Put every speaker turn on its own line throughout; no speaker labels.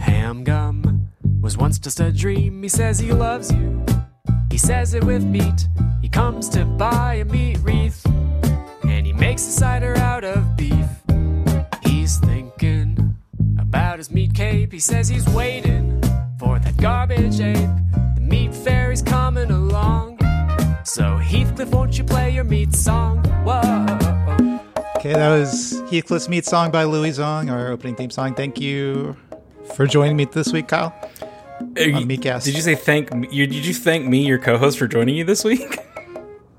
Gum Gum was once just a dream. He says he loves you. He says it with meat. He comes to buy a meat wreath. And he makes a cider out of beef. He's thinking about his meat cape. He says he's waiting for that garbage ape. The meat fairy's coming along. So Heathcliff, won't you play your meat song? Whoa.
Okay, that was Heathcliff's Meat Song by Louis Zong, our opening theme song. Thank you for joining me this week, Kyle.
On
Meatcast.
Did you say thank me? you- Did you thank me, your co-host, for joining you this week?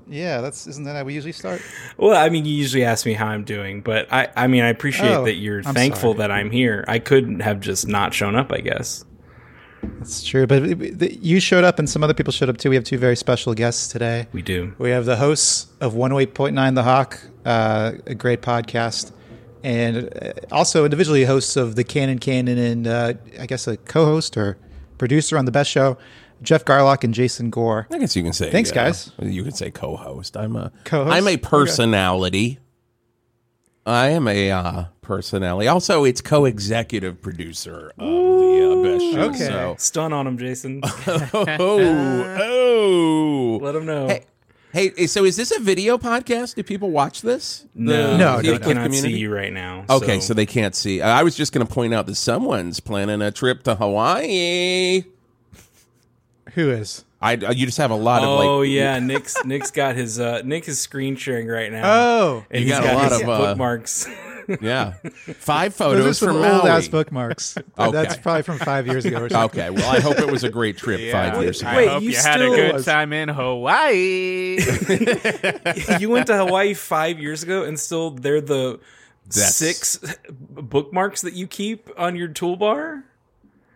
Yeah, that's isn't that how we usually start?
well, I mean, you usually ask me how I'm doing, but I, I mean, I appreciate
Oh,
that you're
I'm
thankful
sorry.
that I'm here. I couldn't have just not shown up, I guess.
That's true. But it- it- the- you showed up, and some other people showed up too. We have two very special guests today.
We do.
We have the hosts of 108.9 The Hawk, uh, a great podcast, and uh, also individually hosts of The Canon Canon, and uh, I guess a co host or producer on The Best Show, Jeff Garlock and Jason Gore.
I guess you can say
Thanks,
uh,
guys.
You can say co-host. I'm a
Co-host?
am a
Okay.
personality. I am a uh, personality. Also, it's co-executive producer of the uh, best show.
Okay.
So.
Stun on him, Jason.
Oh, oh.
Let him know.
Hey, hey. So, is this a video podcast? Do people watch this?
no,
No,
The
they
no,
Heathcliff
no.
cannot
community?
see you right now.
Okay, so. they can't see. I I was just going to point out that someone's planning a trip to Hawaii.
Who is?
I uh, you just have a lot of like
Oh yeah, Nick's Nick's got his uh, Nick is screen sharing right now.
Oh.
and
You
he's
got a lot
his
of, uh,
bookmarks.
yeah, five
Those are
photos
some
from
old
Maui.
ass bookmarks.
Okay.
That's probably from five years ago or something.
Okay, well, I hope it was a great trip five years ago.
I
Wait,
hope
you
you, had a
still-
good time in Hawaii.
you went to Hawaii five years ago, and still they're the
That's-
six bookmarks that you keep on your toolbar.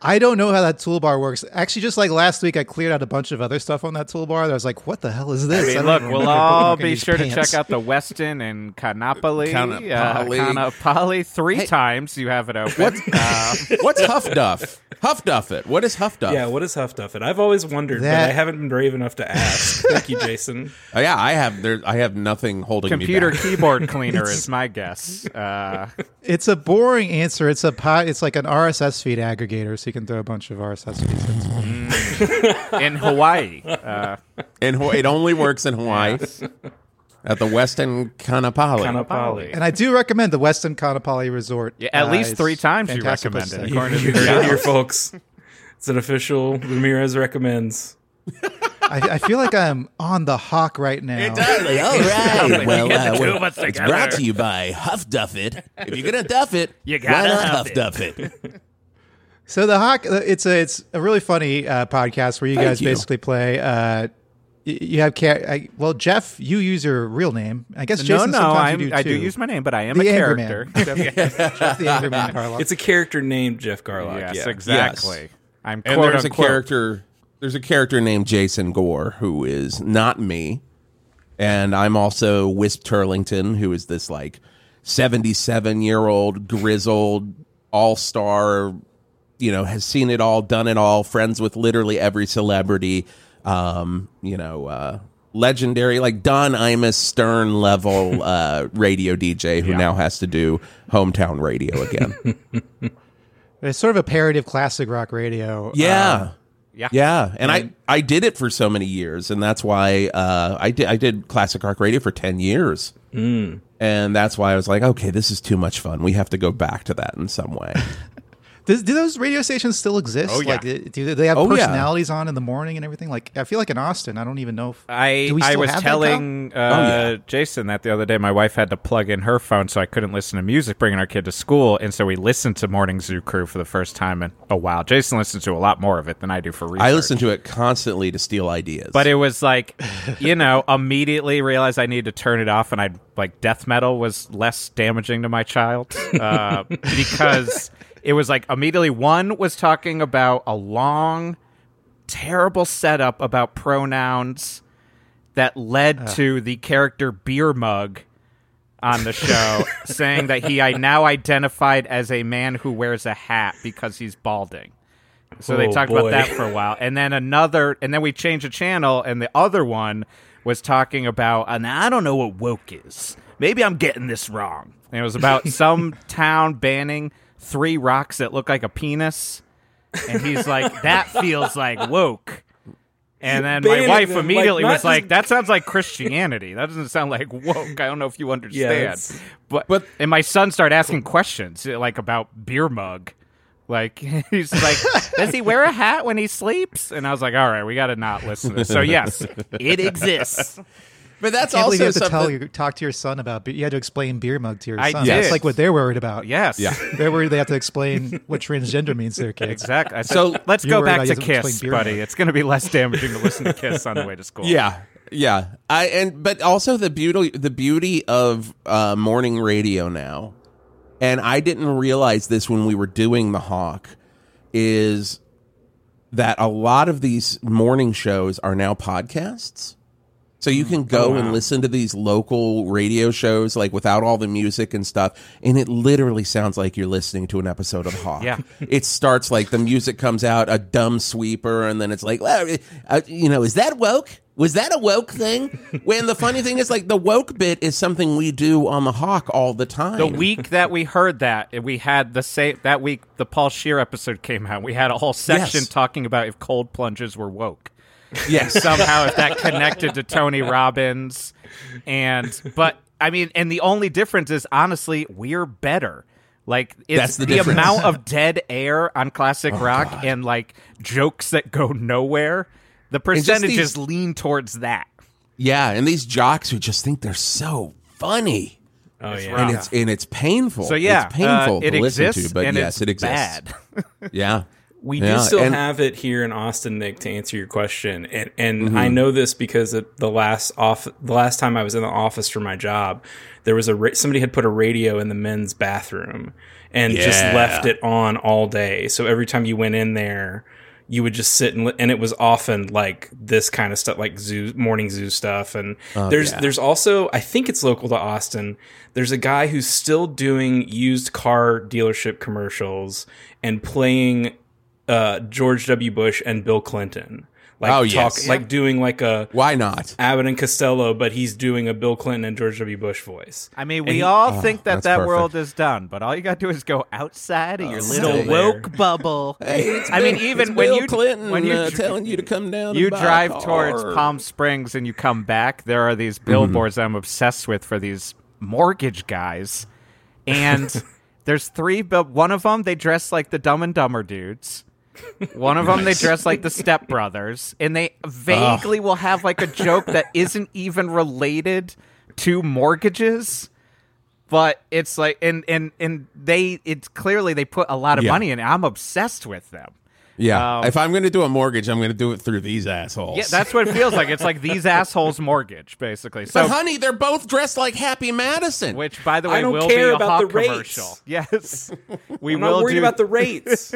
I don't know how that toolbar works. Actually, just like last week, I cleared out a bunch of other stuff on that toolbar. That I was like, "What the hell is this?"
I mean,
don't
look,
even
we'll
remember
all
bookmarking
be
these
sure to
pants.
check out the Weston and Kanapali. Uh,
Kanapali.
Kanapali. Three
Hey.
times you have it open.
What?
Uh,
What's Huff Duff? Huff Duff it. What is Huff Duff?
Yeah, what is Huff Duff? It? I've always wondered,
That-
but I haven't been brave enough to ask. Thank you, Jason.
Oh, yeah, I have there. I have nothing holding
computer
me back.
keyboard cleaner is my guess. Uh,
It's a boring answer. It's a pot. It's like an RSS feed aggregator, so you can throw a bunch of RSS feeds. in.
in Hawaii. Uh,
And Haw- it only works in Hawaii at the Westin Kanapali.
Kanapali.
And I do recommend the Weston Kanapali Resort.
yeah, at
Uh,
least
it's
three times you
fantastic place
recommend
to
it.
stay.
You, you heard it here, folks. It's an official. Ramirez recommends.
I, I feel like I'm on the hawk right now.
All right. Well, uh,
the two
well,
of us
it's
together.
brought to you by Huff Duff it. If you're gonna duff it,
You gotta
why not
huff
Huff
it.
Duff it?
So the hawk, it's a it's a really funny uh, podcast where you
Thank
guys
you.
basically play. Uh, y- you have Car- I, well, Jeff, you use your real name. I guess
No,
Jason.
no,
sometimes
I'm,
you do
I do
too.
use my name, but I am
The
a
Angry
character.
Jeff the Angry Man Carlock.
It's a character named Jeff Garlock.
yes,
yeah.
exactly. I'm
And
quote
there's
unquote.
a character. There's a character named Jason Gore who is not me, and I'm also Wisp Turlington, who is this like 77 year old grizzled all star. You know, has seen it all, done it all, friends with literally every celebrity. Um, you know, uh, legendary like Don Imus Stern level uh, radio DJ who now has to do hometown radio again.
It's sort of a parody of classic rock radio. Uh,
Yeah.
Um,
yeah.
Yeah. And I, I did it for so many years. And that's why uh, I, did, I did classic rock radio for 10 years.
Mm.
And that's why I was like, okay, this is too much fun. We have to go back to that in some way.
Does, do those radio stations still exist?
Oh, yeah.
Like, do- do they have
Oh, yeah.
personalities on in the morning and everything? Like, I feel like in Austin, I don't even know. If,
I
do we
I
still
was
have that, Oh, Kyle?
telling uh,
yeah.
Jason that the other day. My wife had to plug in her phone, so I couldn't listen to music bringing our kid to school, and so we listened to Morning Zoo Crew for the first time in a while. Jason listens to a lot more of it than I do for research.
I listen to it constantly to steal ideas.
But it was like, you know, immediately realized I need to turn it off, and I like death metal was less damaging to my child uh, because it was like immediately one was talking about a long, terrible setup about pronouns that led to the character beer mug on the show saying that he I now identified as a man who wears a hat because he's balding. So they
Oh,
talked
boy.
about that for a while. And then another and then we changed the channel and the other one was talking about and I don't know what woke is. Maybe I'm getting this wrong. And it was about some town banning three rocks that look like a penis. and he's like, "That feels like woke." And then my
Banning
wife
them, like,
immediately
not
was like,
just-
"That sounds like Christianity. That doesn't sound like woke. I don't know if you understand."
it's-
but,
but-
and my son started asking questions like about beer mug. Like he's like, does he wear a hat when he sleeps? And I was like, all right, we got to not listen. to this. So yes, it exists.
But that's
Can't
also
believe you have to
something.
tell your, talk to your son about. But you had to explain beer mug to your
I
son.
did.
That's like what they're worried about.
Yes.
Yeah.
they're worried they have to explain what transgender means to their kids.
Exactly. I said,
So-
let's
You're
go
worried I
back to
guess I'm
Kiss,
playing beer
buddy. It's going to be less damaging to listen to Kiss on the way to school.
Yeah, yeah. I and but also the beauty the beauty of uh, morning radio now, and I didn't realize this when we were doing the Hawk, is that a lot of these morning shows are now podcasts. So you can go and listen to these local radio shows like without all the music and stuff, and it literally sounds like you're listening to an episode of Hawk.
Yeah.
it starts like the music comes out, a dumb sweeper, and then it's like, well, uh, you know, is that woke? Was that a woke thing? when the funny thing is, like the woke bit is something we do on the Hawk all the time.
The week that we heard that, we had the same that week the Paul Shear episode came out. We had a whole section
Yes.
talking about if cold plunges were woke.
yes,
somehow if that connected to Tony Robbins. And but I mean, and the only difference is honestly, we're better. Like it's
That's the difference. Oh,
amount of dead air on classic rock and like jokes that go nowhere. The
just
percentages
these-
lean towards that.
yeah, and these jocks who just think they're so funny.
Oh yeah.
and it's and it's painful.
So yeah,
it's painful
uh,
to
it
listen
exists,
to. But
and
yes,
it's
it exists.
Bad.
Yeah,
We
Yeah,
do still
and-
have it here in Austin, Nick, to answer your question. And and I
Mm-hmm.
know this because of the last off the last time I was in the office for my job, there was a ra- somebody had put a radio in the men's bathroom and just
Yeah.
left it on all day. So every time you went in there, you would just sit and li- and it was often like this kind of stuff like zoo morning zoo stuff and
Oh,
there's there's also I think it's local to Austin there's a guy who's still doing used car dealership commercials and playing uh, George W Bush and Bill Clinton like
Oh,
talk
yes.
like doing like a
why not?
Abbott and Costello but he's doing a Bill Clinton and George W Bush voice
I mean, we all think that
Oh, that's
that
perfect.
world is done, but all you got to do is go outside of your little
there.
woke bubble. I mean, even when you when you dr-
uh, you to come down,
you drive towards Palm Springs and you come back, there are these billboards I'm obsessed with for these mortgage guys. And there's three, but one of them they dress like the Dumb and Dumber dudes. One of them they dress like the Step Brothers, and they vaguely will have like a joke that isn't even related to mortgages. But it's like, and and and they, it's clearly they put a lot of
Yeah.
money in. it. I'm obsessed with them.
Yeah,
Um,
if I'm going to do a mortgage, I'm going to do it through these assholes.
Yeah, that's what it feels like. It's like these assholes' mortgage, basically. So,
But honey, they're both dressed like Happy Madison.
which by the way,
I don't
will
care
be a
about
Hawk
the rates.
commercial. Yes, we
I'm
will
not worried
do.
about the rates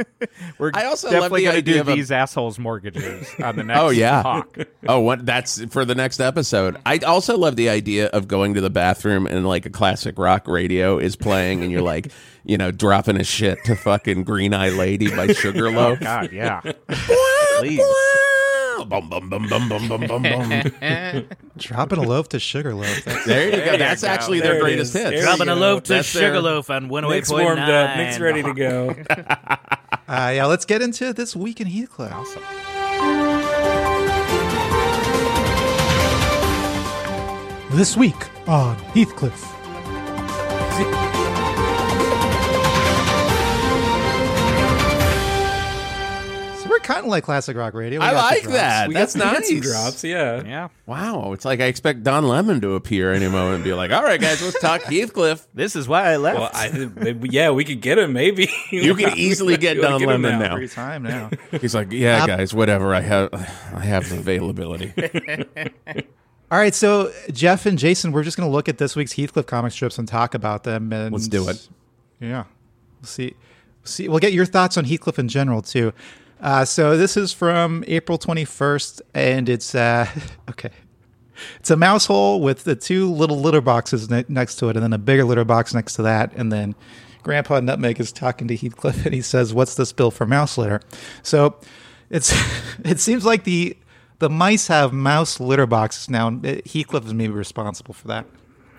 we're
I also love
definitely
the
gonna
idea
do
of a-
these assholes' mortgages on the next.
Oh yeah.
Hawk.
Oh, what? That's for the next episode. I also love the idea of going to the bathroom and like a classic rock radio is playing, and you're like, you know, dropping a shit to fucking Green Eye Lady by Sugarloaf.
God, yeah.
Please. Bum, bum, bum, bum, bum, bum, bum, bum.
Dropping a loaf Uh, to Sugarloaf. That's,
There you go. That's actually
There
their
it
greatest
is.
hits.
There Dropping a loaf
to That's their- Sugarloaf
on
Nick's warmed up Nick's ready to go
uh, yeah, let's get into this week in Heathcliff. This week on Heathcliff. So we're kind of like classic rock radio. We
I
got the
like
drops.
that.
we
That's
got, we got
nice.
some drops yeah
Yeah.
Wow, it's like I expect Don Lemon to appear any moment and be like, "All right, guys, let's talk Heathcliff."
This is why I left.
Well, I, maybe- yeah, we could get him. Maybe
You could easily get
We'll
Don
him
Lemon now.
Free time now.
He's like, "Yeah, guys, whatever. I have, I have availability."
All right, so Jeff and Jason, we're just going to look at this week's Heathcliff comic strips and talk about them. And
Let's do it.
Yeah, we'll see. See, we'll get your thoughts on Heathcliff in general too. Uh, so this is from April twenty first, and it's uh, okay. It's a mouse hole with the two little litter boxes ne- next to it, and then a bigger litter box next to that, and then Grandpa Nutmeg is talking to Heathcliff, and he says, "What's this bill for mouse litter?" So it's it seems like the the mice have mouse litter boxes now, and uh, Heathcliff is maybe responsible for that.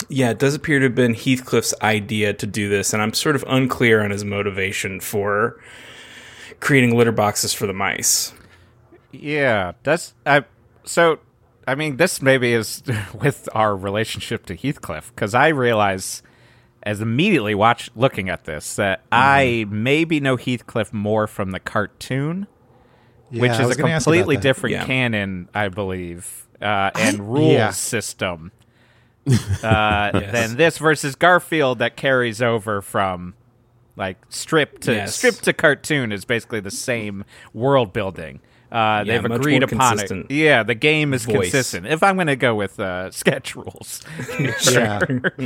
Yeah, it does appear to have been Heathcliff's idea to do this, and I'm sort of unclear on his motivation for creating litter boxes for the mice.
Yeah, that's I. So, I mean, this maybe is with our relationship to Heathcliff because I realize, as immediately watch looking at this, that
Mm-hmm.
I maybe know Heathcliff more from the cartoon, which
I
is a
was gonna ask about
completely
that.
different
Yeah.
canon, I believe, uh, and rules
yeah.
system uh, than this versus Garfield that carries over from like strip to
Yes.
strip to cartoon is basically the same world building. Uh,
Yeah,
they've
much
agreed
more
upon
consistent
it. Yeah, the game is
voice.
consistent. If I'm going to go with uh, sketch rules,
Yeah.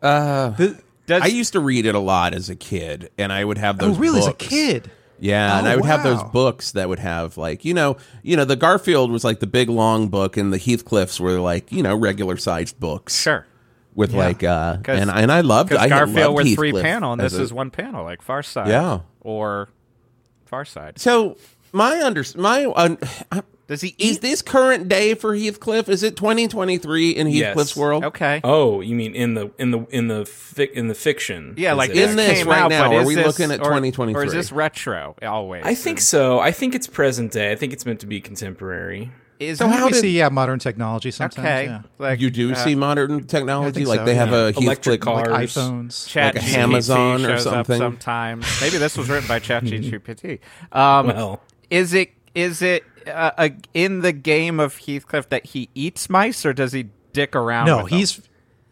does
I used to read it a lot as a kid, and I would have
Oh,
those.
really? As a
books.
kid?
Yeah, and
Oh,
I would have those
wow.
books that would have like you know you know the Garfield was like the big long book, and the Heathcliffs were like you know regular sized books.
sure
with like uh
'Cause-
and and I loved
because
I
Garfield
loved
were three
Heathcliff
panel and
as
this
a-
is one panel, like Far Side,
Yeah.
or Far Side.
so my under my un,
Does he
is
eat?
this current day for Heathcliff? Is it 2023 in Heathcliff's world?
okay,
Oh, you mean in the in the in the fic, in the fiction?
yeah,
Is
like
it
In
this
this
came
right
out,
now,
but
are
is
we
this-
looking at
or- or
2023?
is this retro? Always,
I think
And
so. I think it's present day. I think it's meant to be contemporary.
Is
So
he-
how we
did-
see yeah modern technology sometimes?
okay?
yeah.
Like
You do
uh,
see modern technology,
think
like
so,
they have
yeah.
a
Electric
Heathcliff
car.
like
Ours.
iPhones.
Chat
Like a
GPT
Amazon or
shows up
something.
Sometimes maybe this was written by Chat GPT. Um,
Well,
is it is it uh, a, in the game of Heathcliff that he eats mice or does he dick around?
No,
with them?
he's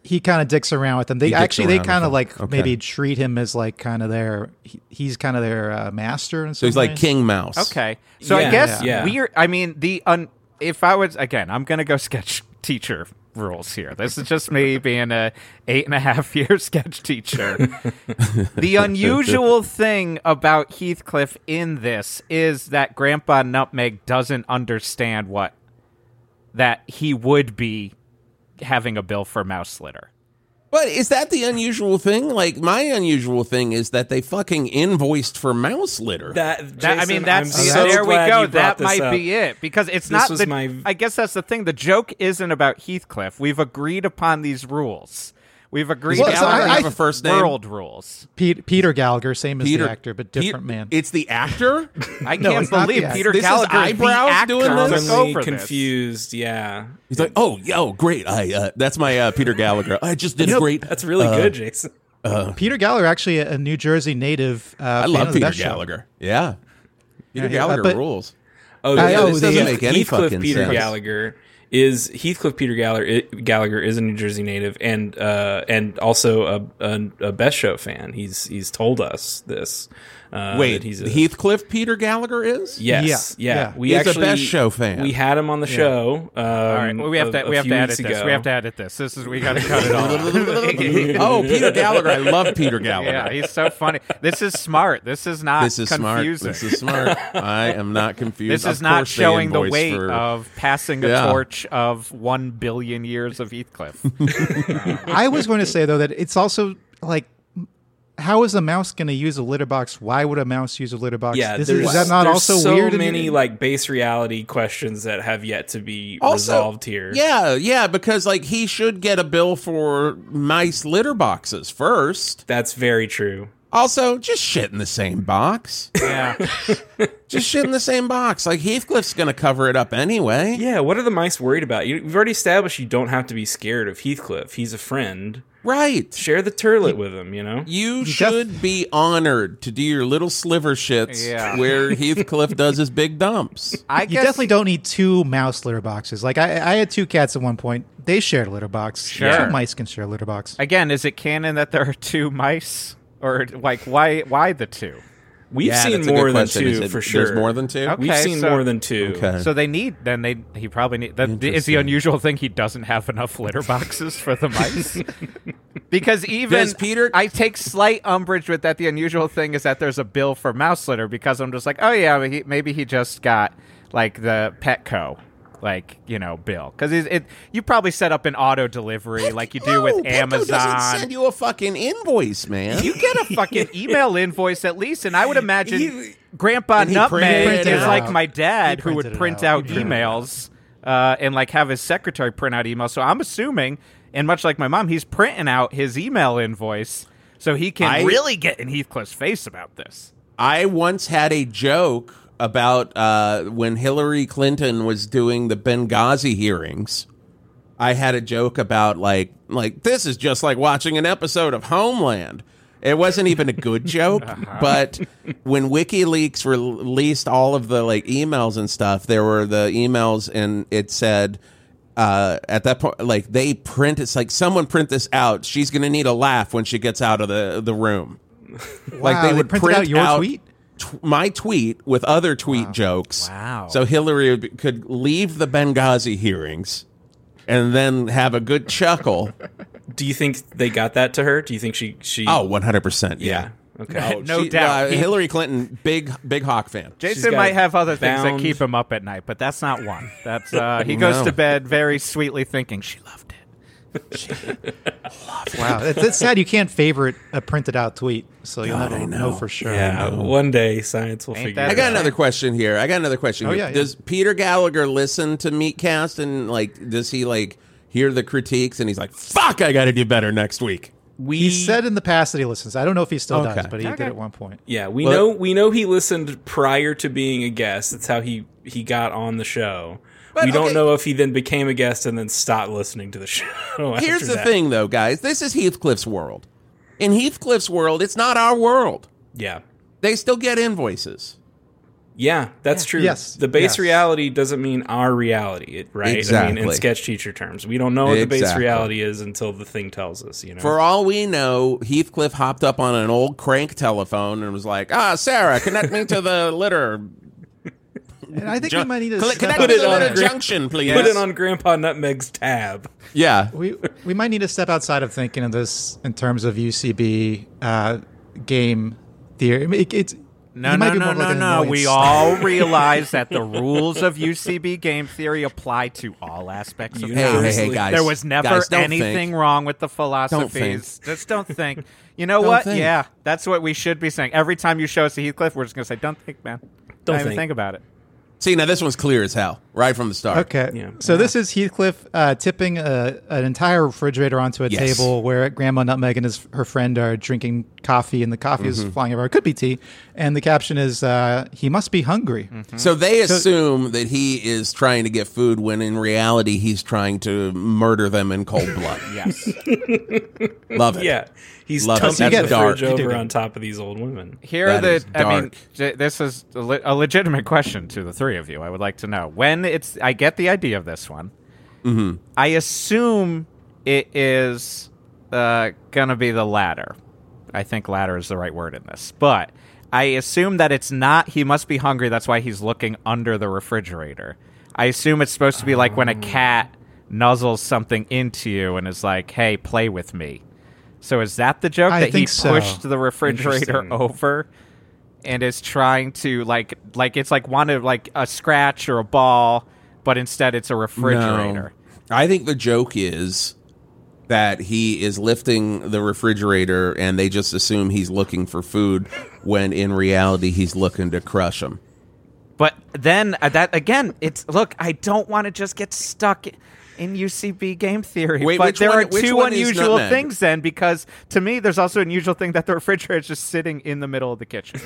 he kind of dicks around with them. They
dicks
actually they
around with
kind
them.
of like
Okay.
maybe treat him as like kind of their he, he's kind of their uh, master and
So he's like King Mouse.
okay. So
Yeah,
I guess
yeah.
we're. I mean the un, if I was again, I'm gonna go sketch teacher rules here. This is just me being a eight and a half year sketch teacher. the unusual thing about Heathcliff in this is that Grandpa Nutmeg doesn't understand what that he would be having a bill for mouse litter.
But is that the unusual thing? Like my unusual thing is that they fucking invoiced for mouse litter.
that,
That, I
Jason,
mean, that's
I'm
the-
so
there we
glad
go.
you brought
That
this
might
up.
be it because it's
This
not.
was
the,
my-
I guess that's the thing. The joke isn't about Heathcliff. We've agreed upon these rules. We've agreed
Well,
on
so I-
I- have a first name?
world rules.
Pete, Peter Gallagher, same as
Peter-
the actor, but
Pe-
different man.
It's the actor.
I
No,
can't
it's not
believe
the act.
Peter
This is
Gallagher,
eyebrows
the actor,
doing this?
took over
Commonly
this.
confused. Yeah,
He's like, oh, yo, great. I uh, that's my uh, Peter Gallagher. I just did a great. uh,
That's really good, Jason.
Peter Gallagher, actually a, a New Jersey native. Uh,
I
fan of
love
the
Peter
Best Show.
Gallagher. Yeah, Peter
Yeah, yeah,
Gallagher
but-
rules.
Oh,
I-
yeah,
oh, this
this doesn't
doesn't
make any
Heathcliff
fucking
Peter
sense.
Gallagher is Heathcliff Peter Gallagher Gallagher is a New Jersey native and uh, and also a, a, a Best Show fan. He's he's told us this. Uh,
Wait,
that he's a,
Heathcliff Peter Gallagher is?
Yes, yeah,
Yeah, yeah.
we
He's a
actually
Best Show fan.
We had him on the show. Um,
All right, well, we have to we have to edit this. We have to edit this. This is we got to cut it all. out.
oh, Peter Gallagher. I love Peter Gallagher.
yeah, he's so funny. This is smart. This is not
this is
confusing.
smart. This is smart. I am not confused.
This
Of
is not
course they
showing the
invoice
weight
for-
of passing a
Yeah.
torch of one billion years of Heathcliff.
I was going to say though that it's also like, how is a mouse going to use a litter box? Why would a mouse use a litter box?
Yeah,
This-
there's-
is that not
there's
also
so
weird? in-
many like base reality questions that have yet to be
Also-
resolved here.
Yeah, yeah, because like he should get a bill for mice litter boxes first.
that's very true.
Also, just shit in the same box.
yeah.
just shit in the same box. Like Heathcliff's gonna cover it up anyway.
Yeah, what are the mice worried about? You, we've already established you don't have to be scared of Heathcliff. He's a friend.
Right.
Share the turlet with him, you know?
You
def-
should be honored to do your little sliver shits
Yeah.
where Heathcliff does his big dumps.
I
You definitely don't need two mouse litter boxes. Like I, I had two cats at one point. They shared a litter box.
Sure.
Two mice can share a litter box.
Again, is it canon that there are two mice, or like why why the two?
We've
Yeah,
seen
that's a good
more than
question. Is
two
it-
for sure.
There's more than two.
Okay.
We've seen
so-
more than two.
Okay.
So they need then they he probably need that is
Uh,
the
Interesting.
unusual thing he doesn't have enough litter boxes for the mice because even
Does Peter-
I take slight umbrage with that the unusual thing is that there's a bill for mouse litter because I'm just like oh yeah but he, maybe he just got like the Petco like you know bill because it you probably set up an auto delivery like you do
No,
with
Petco doesn't
Amazon
send you a fucking invoice, man.
you get a fucking email invoice at least, and I would imagine
He-
Grandpa
And he
Nutmeg
printed it
is like
out.
my dad,
He
who would
printed it
print out,
out. He printed it
emails uh, and like have his secretary print out emails. So I'm assuming, and much like my mom, he's printing out his email invoice so he can
I-
really get in Heathcliff's face about this.
I once had a joke about uh, when Hillary Clinton was doing the Benghazi hearings. I had a joke about like like this is just like watching an episode of Homeland. It wasn't even a good joke, but when WikiLeaks released all of the like emails and stuff, there were the emails and it said uh, at that point like they print it's like someone print this out. She's gonna need a laugh when she gets out of the the room. like
Wow, they printed out your tweet?
tw- my tweet with other tweet jokes.
Wow.
So Hillary would be- could leave the Benghazi hearings and then have a good chuckle.
Do you think they got that to her? Do you think she she?
oh, 100%. Yeah.
yeah. Okay.
No doubt.
uh,
He-
Hillary Clinton, big, big Hawk fan.
Jason
got
might have other things that
bound-
keep him up at night, but that's not one. That's uh, he goes
No.
to bed very sweetly thinking she loved it.
Wow, it's, it's sad you can't favorite a printed out tweet, so you'll never know. for sure.
Yeah. One day science will
Ain't
figure.
that
I
it out.
got another question here. I got another question.
Oh,
here.
yeah, yeah.
Does Peter Gallagher listen to Meatcast and like, does he like hear the critiques and he's like, fuck, I got to do better next week?
We
He said in the past that he listens. I don't know if he still does,
Okay.
but he did at one point.
Yeah, we
Well-
know we know he listened prior to being a guest. That's how he he got on the show. we don't
okay.
know if he then became a guest and then stopped listening to the show. after
Here's the
that.
thing, though, guys. This is Heathcliff's world. In Heathcliff's world, it's not our world.
Yeah.
They still get invoices.
Yeah, that's true.
Yes,
The base
yes.
reality doesn't mean our reality, it- right? I mean,
Exactly.
in sketch teacher terms, we don't know what the base
Exactly.
reality is until the thing tells us, you know.
For all we know, Heathcliff hopped up on an old crank telephone and was like, "Ah, Sarah, connect me to the litter.
And I think
jun-
we might need to
cl-
step
connect
out
Put
me
it
to the
on
litter
grid.
junction, please."
Put it on Grandpa Nutmeg's tab.
Yeah,
we we might need to step outside of thinking of this in terms of UCB uh, game theory. I mean, it, it's
No,
it might
no,
be
no,
more of
no,
like an
no. We
annoyance.
all realize that the rules of UCB game theory apply to all aspects of
You
Hey,
life.
hey, hey,
Seriously.
guys.
There was never
Guys, don't
anything
think.
wrong with the
think.
philosophies. Just don't think. You know
Don't
what?
think.
Yeah, that's what we should be saying. Every time you show us a Heathcliff, we're just going to say, don't think, man.
Don't
even
think.
think about it.
See, now this one's clear as hell, right from the start.
Okay.
Yeah.
So this is Heathcliff uh, tipping a, an entire refrigerator onto a
Yes.
table where Grandma Nutmeg and his, her friend are drinking coffee, and the coffee
Mm-hmm.
is flying everywhere. It could be tea. And the caption is, uh, "He must be hungry."
Mm-hmm.
So they assume that he is trying to get food when in reality he's trying to murder them in cold blood.
Yes.
Love it.
Yeah. He's
Love it.
tucking
That's
the
dark.
fridge over on top of these old women.
Here
That
are the.
is
I mean,
dark.
j- this is a, le- a legitimate question to the three of you. I would like to know when it's. I get the idea of this one.
Mm-hmm.
I assume it is uh, gonna be the latter. I think latter is the right word in this, but I assume that it's not. He must be hungry. That's why he's looking under the refrigerator. I assume it's supposed to be like when a cat nuzzles something into you and is like, "Hey, play with me." So is that the joke
I
that he
think so.
pushed the refrigerator
Interesting.
over and is trying to like like it's like one of like a scratch or a ball, but instead it's a refrigerator.
No. I think the joke is that he is lifting the refrigerator and they just assume he's looking for food when in reality he's looking to crush him.
But then uh, that again, it's look. I don't want to just get stuck in UCB game theory.
Wait,
but
which
there
one-
are
which
two
one is
unusual
Nutmeg?
things then, because to me, there's also an unusual thing that the refrigerator is just sitting in the middle of the kitchen.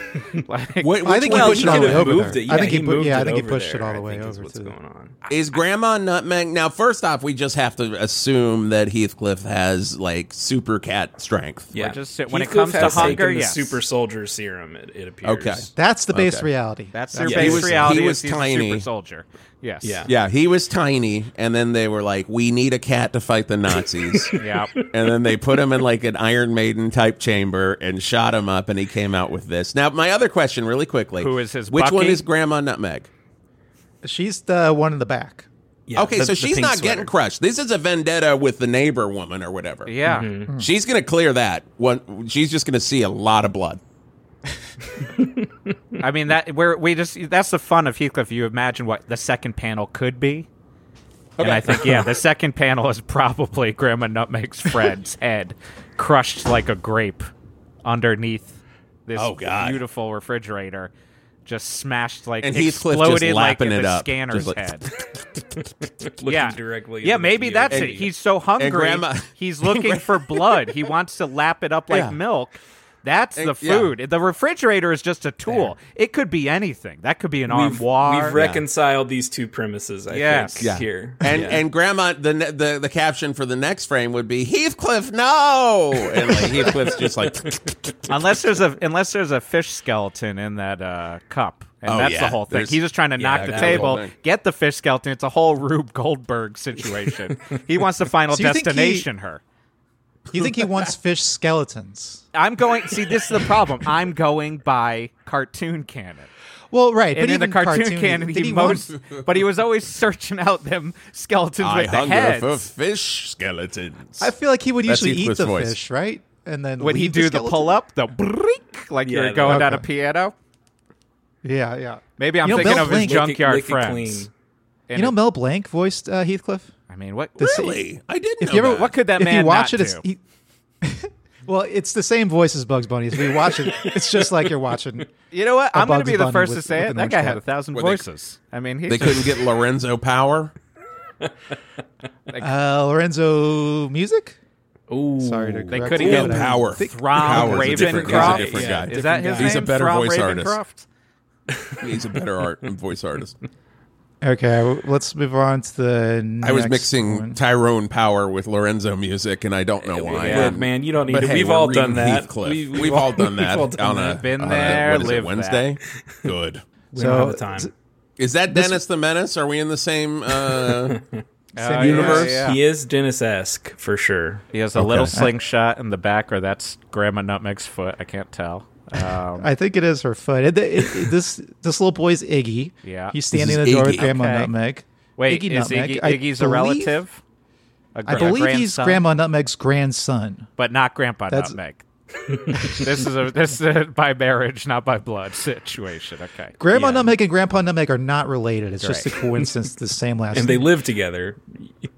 like,
Wait,
I think
which
Oh, he
one-
pushed it
could
all the
have
way over
moved
there.
it.
I think he, put-
moved
yeah,
it
I think he
over
pushed
there,
it all the
I
way
think is
over
what's
to-
going on.
Is Grandma Nutmeg now? First off, we just have to assume that Heathcliff has like super cat strength.
Yeah.
just sit- when it
Heathcliff
comes to
has taken
hunger,
the
yes.
super soldier serum, it, it appears.
Okay.
That's the base
Okay.
reality.
that's their
Yeah, he
base
was-
reality.
he
is
was
he's a
tiny.
super soldier. Yes.
Yeah.
Yeah, he was tiny, and then they were like, "We need a cat to fight the Nazis."
Yeah.
and then they put him in like an Iron Maiden type chamber and shot him up, and he came out with this. Now, my other question, really quickly,
Who is his
Which one
Bucky?
is Grandma Nutmeg?
She's the one in the back.
Yeah,
okay,
the-
so
the
she's
pink
not
sweater.
getting crushed. This is a vendetta with the neighbor woman or whatever.
Yeah.
Hmm.
She's gonna clear that. One, she's just gonna see a lot of blood.
I mean that where we just that's the fun of Heathcliff. You imagine what the second panel could be. And I think yeah, the second panel is probably Grandma Nutmeg's Fred's head crushed like a grape underneath this
Oh, God.
beautiful refrigerator, just smashed like
And Heathcliff just
exploded like
lapping
the
it up,
scanner's
just like-
head.
Looking
yeah,
directly.
yeah,
into the
maybe that's
And-
it. He's so hungry,
Grandma-
he's looking for blood. He wants to lap it up like
Yeah.
milk. That's the
yeah.
food. The refrigerator is just a tool. It could be anything. That could be an
We've,
armoire.
we've reconciled these two premises, I
Yes.
think,
Yeah.
here.
And
Yeah.
and grandma the, ne- the the caption for the next frame would be Heathcliff no and like Heathcliff's just like
unless there's a unless there's a fish skeleton in that uh, cup, and
Oh,
that's
yeah.
the whole thing.
There's-
He's just trying to
yeah,
knock the
that's the whole
table,
thing.
get the fish skeleton. It's a whole Rube Goldberg situation. he wants the final
So you think he-
destination. Her.
You think he wants fish skeletons?
I'm going. See, this is the problem. I'm going by cartoon canon.
Well, right.
And
but
in the
even
cartoon,
cartoony,
canon,
did
he,
want-
most, but he was always searching out them skeletons
I
with the
hunger
heads.
for fish skeletons.
I feel like he would
That's
usually eat
Heathcliff's
the
voice.
fish, right? And then
Would he
leave
do the,
skeleton?
pull up, the brink, like
Yeah,
you're going
the-
down a
Okay.
piano?
Yeah, yeah.
Maybe I'm
You know,
thinking
Mel
of his
Blanc-
Lick it-
junkyard
lick it
friends.
clean.
And
You know,
it-
Mel Blanc voiced uh, Heathcliff.
I mean, what?
This-
really I didn't
If
know
you ever-
that.
What could that
if
man
you watch
not
it, it's
do?
he- well, it's the same voice as Bugs Bunny. If you watch it, it's just like you're watching.
you know what?
a
I'm going to
Bugs
be the
Bunny
first
with-
to say
with
it.
an
That
orange
guy had
cap.
a thousand
Well, they-
voices. I mean, he
they
just-
couldn't get Lorenzo Power?
Uh, Lorenzo music.
Ooh.
Sorry to
They
correct
couldn't
you,
get
but I-
Power.
Throm
Power is a different- he's
Ravencroft.
a different
Yeah,
guy.
Is that
different
his
guy.
He's a
name?
better
Throm
voice artist.
Ravencroft?
He's a better art voice artist.
Okay, w- let's move on to the.
I was
next
mixing
one.
Tyrone Power with Lorenzo music, and I don't know why.
Yeah.
And-
man, you don't need
but
to.
hey,
we've
we're
all
reading
done that.
Heathcliff.
We-
We've, all done that
all done
on a
that.
Been
on a-
there,
what is it,
lived that.
Wednesday. Good.
We don't have
So,
the time.
z-
Is that Dennis the Menace? Are we in the same? Uh,
Same
Oh,
universe.
yeah, yeah.
He is Dennis esque for sure.
He has a little slingshot in the back, or that's Grandma Nutmeg's foot. I can't tell. Um,
I think it is her foot. It- it- it- this this little boy's Iggy.
Yeah.
he's
This
standing in
is
the door
Iggy.
with Grandma
Okay.
Nutmeg.
wait,
Iggy
is
Nutmeg,
Iggy,
I
Iggy's a
believe-
relative? A
I
gra-
believe he's
grandson?
Grandma Nutmeg's grandson.
but not Grandpa
That's-
Nutmeg. this is a this is a by marriage, not by blood situation. Okay.
Grandma
Yeah.
Nutmeg and Grandpa Nutmeg are not related. It's just a
Right.
coincidence. the same last
And they
name.
live together,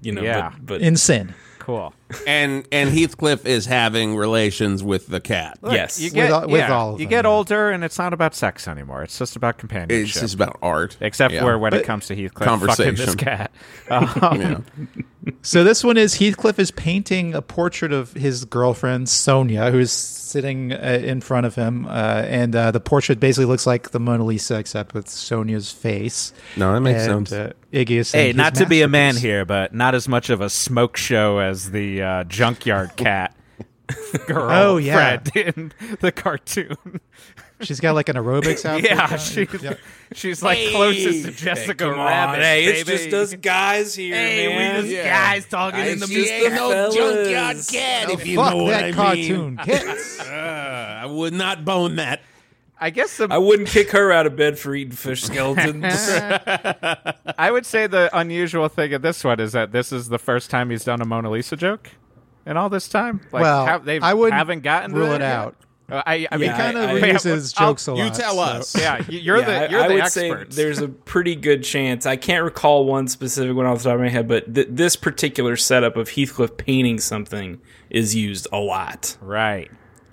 you know.
Yeah.
But, but
in sin.
Cool.
and and Heathcliff is having relations with the cat.
Oh,
yes,
You get,
all- with
yeah,
all of
you
them,
get
yeah.
older, and it's not about sex anymore. It's just about companionship.
It's just about art,
Except
Yeah.
for when it comes to Heathcliff fucking this
Conversation.
cat. Um,
Yeah.
So this one is Heathcliff is painting a portrait of his girlfriend Sonia, who is sitting uh, in front of him, uh, and uh, the portrait basically looks like the Mona Lisa, except with Sonia's face.
No, that makes
and,
sense.
Uh, Iggy is saying
Hey,
his
not to be a man
masterpiece.
here, but not as much of a smoke show as the uh, junkyard cat girl.
Oh, yeah.
Fred in the cartoon.
She's got like an aerobics outfit.
yeah,
on.
she, she's like closest to Jessica
come on,
Rabbit.
Hey, it's
baby.
just us guys here, man.
guys talking
I see it.
no
fellas.
junkyard cat, if you
Oh, Fuck
know what
that
I
cartoon
mean.
kids.
I would not bone that.
I guess the,
I wouldn't kick her out of bed for eating fish skeletons.
I would say the unusual thing of this one is that this is the first time he's done a Mona Lisa joke in all this time. Like,
Well,
have, they
I wouldn't
haven't gotten to
rule
that
it
yet.
out.
Uh, I, I mean,
He kind of
I- I-
reuses
I'll-
jokes a lot.
You tell
so-
us.
Yeah, y- you're
Yeah,
the you're
I, I
the
would
expert.
say there's a pretty good chance. I can't recall one specific one off the top of my head, but th- this particular setup of Heathcliff painting something is used a lot.
right.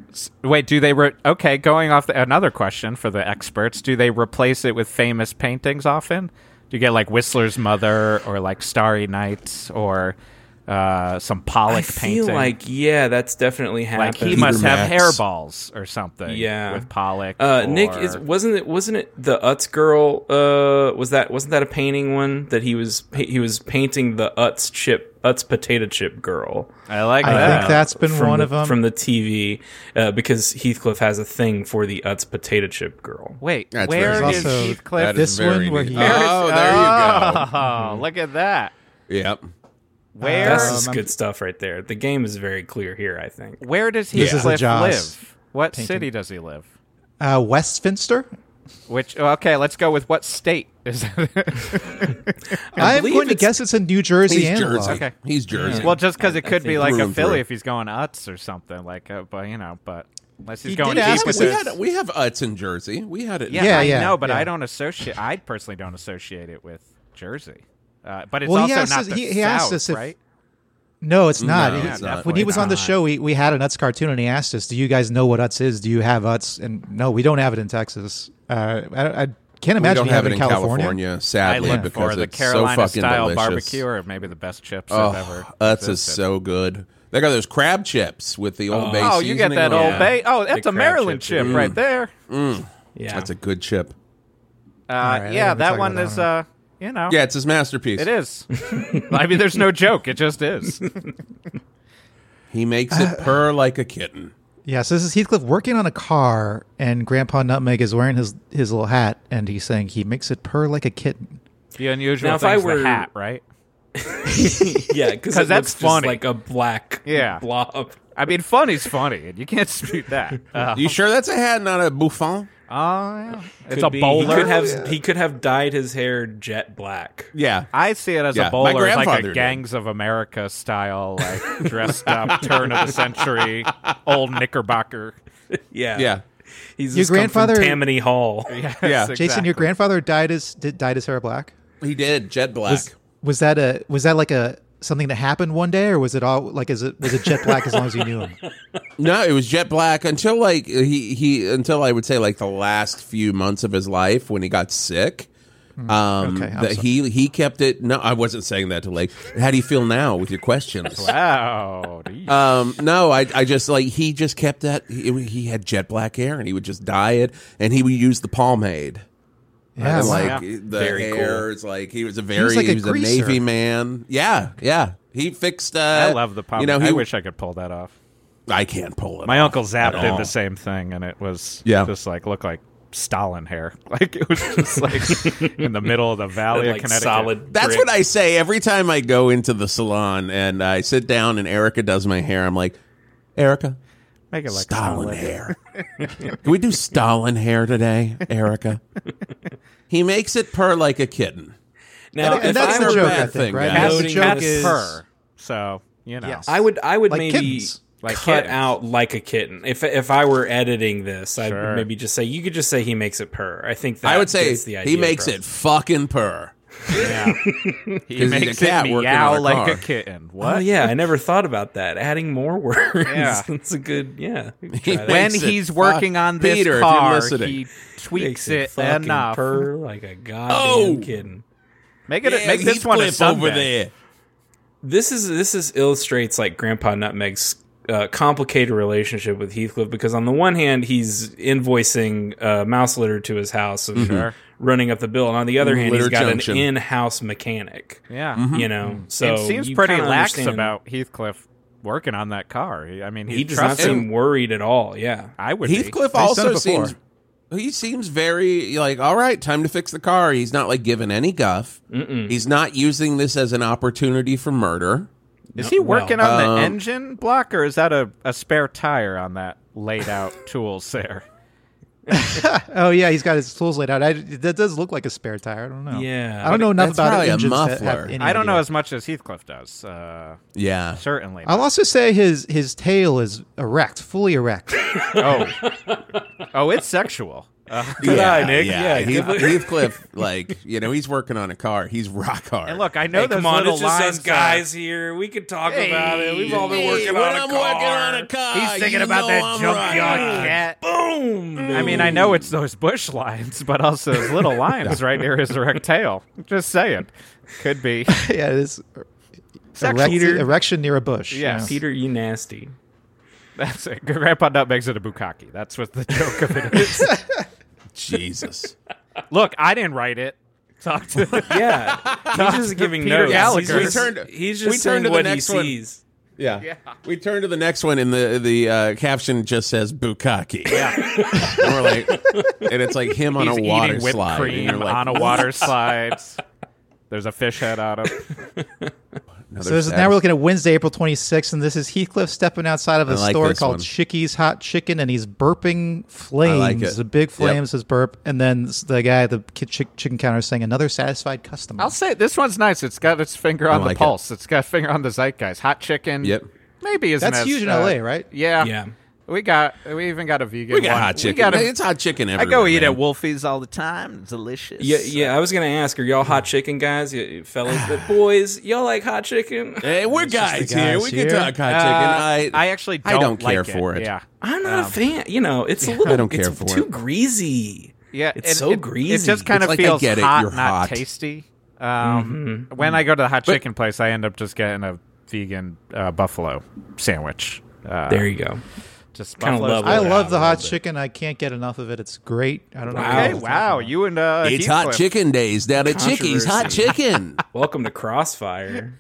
S- Wait, do they re- okay? Going off the, another question for the experts, do they replace it with famous paintings often? Do you get like Whistler's Mother or like Starry Night or uh, some Pollock
I
painting?
feel like yeah, that's definitely
Like
happened.
he must have
Max.
hairballs or something.
Yeah.
with Pollock.
Uh, Nick
or-
is wasn't it wasn't it the Utz girl? Uh, was that wasn't that a painting one that he was he, he was painting the Utz chip Utz potato chip girl?
I like
I
that.
think that's been
from
one
the,
of them.
from the TV uh, because Heathcliff has a thing for the Utz potato chip girl.
Wait,
That's
where
very
is
Also,
Heathcliff?
That is
This
very
one where
neat.
he-
Oh, there you go.
Oh, look at that.
Yep.
Where
That's just
Um,
good stuff right there. The game is very clear here, I think.
where does
This is a
Heathcliff
Jaws
live? What city does he live?
Uh, Westminster.
Which oh, okay, let's go with what state is it?
I
I'm
believe
going to
it's-
guess it's a New Jersey
He's
analog.
Jersey.
Okay.
He's Jersey.
well, just because it could be like
through
a
and
Philly
through.
if he's going Utz or something like, uh, but you know, but unless he's
He
going
did
deep
ask
with
we
his,
had we have Utz in Jersey. We had it.
yeah,
Yeah,
I
yeah,
know, but
yeah.
I don't associate. I personally don't associate it with Jersey, uh, but it's
Well, he
also
asked
not
us-
the
he-
south,
he asked us if-
right?
No, it's not.
No,
It-
it's not.
When he was on the
Not.
show, we, we had an Utz cartoon, and he asked us, "Do you guys know what Utz is? Do you have Utz?" And no, we don't have it in Texas. Uh, I, I can't
We
imagine
don't
we
have
in
it in
California.
I
sadly,
look
because
for the
it's
Carolina
so fucking
style
delicious.
barbecue, or maybe the best chips
Oh,
I've ever.
Utz is
tasted.
so good. They got those crab chips with the Old Bay.
Oh, you got
seasoning
that
on
old
it.
bay. Oh,
Big
that's a
crab
Maryland
chip.
chip right there.
Yeah,
That's a good chip.
Uh,
right,
yeah,
we're talking
that one
about
is.
that
Uh, you know,
Yeah, it's his masterpiece.
it is. I mean, there's no joke. It just is.
He makes it purr like a kitten.
Yeah, so this is Heathcliff working on a car, and Grandpa Nutmeg is wearing his his little hat, and he's saying he makes it purr like a kitten.
The unusual
Now, if I
thing's
were-
the hat, right?
yeah, because
'Cause that's
that's looks
funny.
Just like a black
Yeah.
blob.
I mean, funny's funny. You can't dispute that. Uh,
You sure that's a hat, not a bouffant?
oh, yeah. It's
Could
a
be- He
bowler.
could have he could have dyed his hair jet black.
Yeah.
I see it as
Yeah, my
a bowler, as like
grandfather
a
did.
Gangs of America style, like dressed up, turn of the century, old Knickerbocker.
Yeah,
Yeah.
He's
Your
just come from
grandfather-
Tammany Hall.
Yes,
Yeah.
exactly.
Jason, your grandfather dyed his did, dyed his hair black.
He did. Jet black.
Was, was that a was that like a something that happened one day, or was it all like is it was it jet black as long as you knew him?
Mm, No, it was jet black until like he he until I would say like the last few months of his life when he got sick. Um,
Okay, I'm sorry.
that he he kept it. No, I wasn't saying that to like. How do you feel now with your questions?
Wow. geez.
Um, no, I I just like he just kept that. He, he had jet black hair and he would just dye it and he would use the pomade.
Yeah,
And,
wow.
like
Yeah.
the
Very cool.
hair is like he was a very he was,
was like a
a,
greaser.
navy man. Yeah, yeah. He fixed. Uh,
I love the pop.
You know, he
I wish I could pull that off.
I can't pull it.
My
off
uncle Zap
at
did
all.
the same thing, and it was
Oh. Yeah.
just like looked like Stalin hair. Like it was just like in the middle of the valley of
Like
Connecticut.
solid.
That's
brick.
what I say every time I go into the salon and I sit down and Erica does my hair. I'm like, Erica,
Make it like
Stalin
solid.
hair. Can we do Stalin hair today, Erica? he makes it purr like a kitten.
Now,
And
if
that's
I
the
were
joke, I
back-
think, right?
guys.
That's the
Noting
joke
That's
is
purr. So you know.
Yes.
I would I would
Like
maybe
kittens.
Like
cut
kittens.
out like a kitten. If if I were editing this, I
Sure.
would maybe just say you could just say he makes it purr. I think that
I would say
gets the idea
he makes
across.
it fucking purr.
he
'Cause he's a
makes
cat
it
working on
meow
a
like
car.
a kitten.
Oh
What?
yeah, I never thought about that. Adding more words.
Yeah.
that's a good yeah. we can
He
try that.
when
makes it
he's working
fuck-
on this
Peter, if you're
car,
listening.
he tweaks
Makes
it,
fucking
enough.
purr like a goddamn
Oh!
kitten.
Make it.
Yeah,
make this one a
Heathcliff over
sundae.
there.
this is this is illustrates like Grandpa Nutmeg's uh, complicated relationship with Heathcliff because on the one hand he's invoicing uh, mouse litter to his house of
Mm-hmm.
running up the bill, and on the other
Mm,
hand
Litter
he's got
junction.
an in-house mechanic.
Yeah.
You know, Mm-hmm. so
Mm-hmm. Mm. it seems
you
pretty
kinda
lax
understand-
about Heathcliff working on that car. He- I mean, he,
He does not
trusts him.
seem worried at all. Yeah,
I would.
He's
Heathcliff
done
also
it before.
seems he seems very like all right, time to fix the car. He's not like giving any guff. He's not using this as an opportunity for murder.
Be. Is he
No,
working
well,
on
um,
the engine block, or is that a, a spare tire on that laid out tools there?
Oh yeah, he's got his tools laid out. I, that does look like a spare tire. I don't know.
Yeah,
I don't
but
know enough
that's
about
probably a
engines to have
muffler.
any
I don't know
idea.
as much as Heathcliff does. Uh,
Yeah.
certainly.
I'll also say his his tail is erect, fully erect.
Oh, oh, it's sexual. Uh,
Good eye, Nick. Yeah,
Heath-
good look.
Heathcliff, like you know, he's working on a car. He's rock hard.
and look, I know
Hey,
those
come on,
little
it's just
lines. uh,
us guys here. We could talk about it. We've all been working, on, a car.
uh,
Ah,
He's thinking about that junkyard cat.
Boom.
I mean, I know it's those bush lines, but also those little lines right near his erect tail. Just saying, could be.
yeah, it is
Sexual.
erect, erection near a bush.
Yes.
Yeah.
Peter, you nasty.
That's it. Grandpa Nut makes it a bukkake. That's what the joke of it is.
Jesus.
Look, I didn't write it. Talk to
Yeah, he's just giving
Peter
notes.
Gallagher.
He's just,
We turned-
he's
we
just saying
turned to the
what he
next one.
sees.
Yeah. We turn to the next one, and the the uh, caption just says "bukkake." Yeah. and we're like, and it's like him on
He's
a
eating
water
whipped
slide. and
cream
you're like,
on a water slide. There's a fish head on him.
"No,
So this
there's
is, now
that."
we're looking at Wednesday, April 26th, and this is Heathcliff stepping outside of a
like
store
this
called
one.
Chicky's Hot Chicken, and he's burping flames.
like it.
The big
Yep.
flames is burp, and then s- the guy at the ki- chick- chicken counter is saying, "Another satisfied customer."
I'll say it, this one's nice. It's got its finger on
like it.
the pulse. It. has got a finger on the zeitgeist. Hot chicken.
Yep.
Maybe isn't
That's
as,
huge in
uh,
LA, right?
Yeah.
Yeah.
We got. We even got a vegan.
We got
one.
hot chicken.
We got a,
it's hot chicken
I
everywhere.
go eat
man.
at Wolfie's all the time. Delicious.
Yeah, yeah. I was gonna ask, are y'all hot chicken guys, y- y- fellas, but boys? Y'all like hot chicken?
Hey, we're guys,
the
here.
guys
We
here.
can talk hot chicken.
Uh,
I,
I actually
I
don't,
don't
like
care for it.
Yeah.
I'm not a fan. You know, it's a little.
I don't care
it's
for
too
it.
greasy.
Yeah,
it's
and
so
it,
greasy.
It just kind
It's like,
of
I
feels
get it,
hot,
you're hot.
not tasty. Um, When I go to the hot chicken place, I end up just getting a vegan uh, buffalo sandwich. Uh,
There you go.
just
kinda
buffalo.
love it.
I
it
love
out
the
a
hot
little bit.
chicken. I can't get enough of it. It's great. I don't know.
Okay, wow, you and uh,
It's
Heathcliff.
hot chicken days down at Chickies. Hot chicken.
Welcome to Crossfire.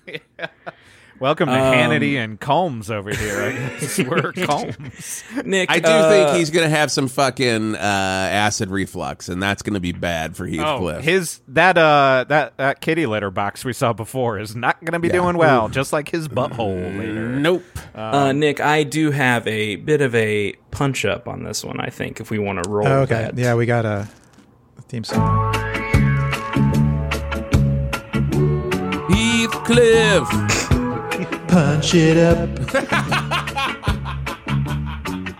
Welcome to Hannity
Um,
and Combs over here. I guess we're Combs.
Nick,
I do
uh,
think he's going to have some fucking uh, acid reflux, and that's going to be bad for Heathcliff.
Oh, his that uh that that kitty litter box we saw before is not going to be doing well. Just like his
Mm.
butthole later.
nope.
Uh, Nick, I do have a bit of a punch up on this one. I think if we want to roll.
Oh, okay.
that.
Yeah, we got a theme song.
Heathcliff.
Punch it up.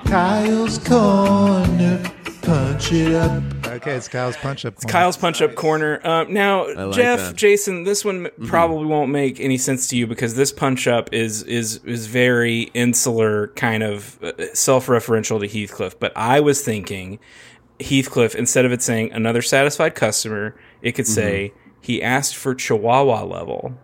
Kyle's Corner. Punch it up. Okay, it's Kyle's Punch Up. Corner.
Kyle's punch up corner. Um, now,
like
Jeff,
that. Mm-hmm.
Jason, this one m probably won't make any sense to you because this punch up is is is very insular, kind of uh, self referential to Heathcliff. But I was thinking, Heathcliff, instead of it saying another satisfied customer, it could say
Mm-hmm.
he asked for Chihuahua level.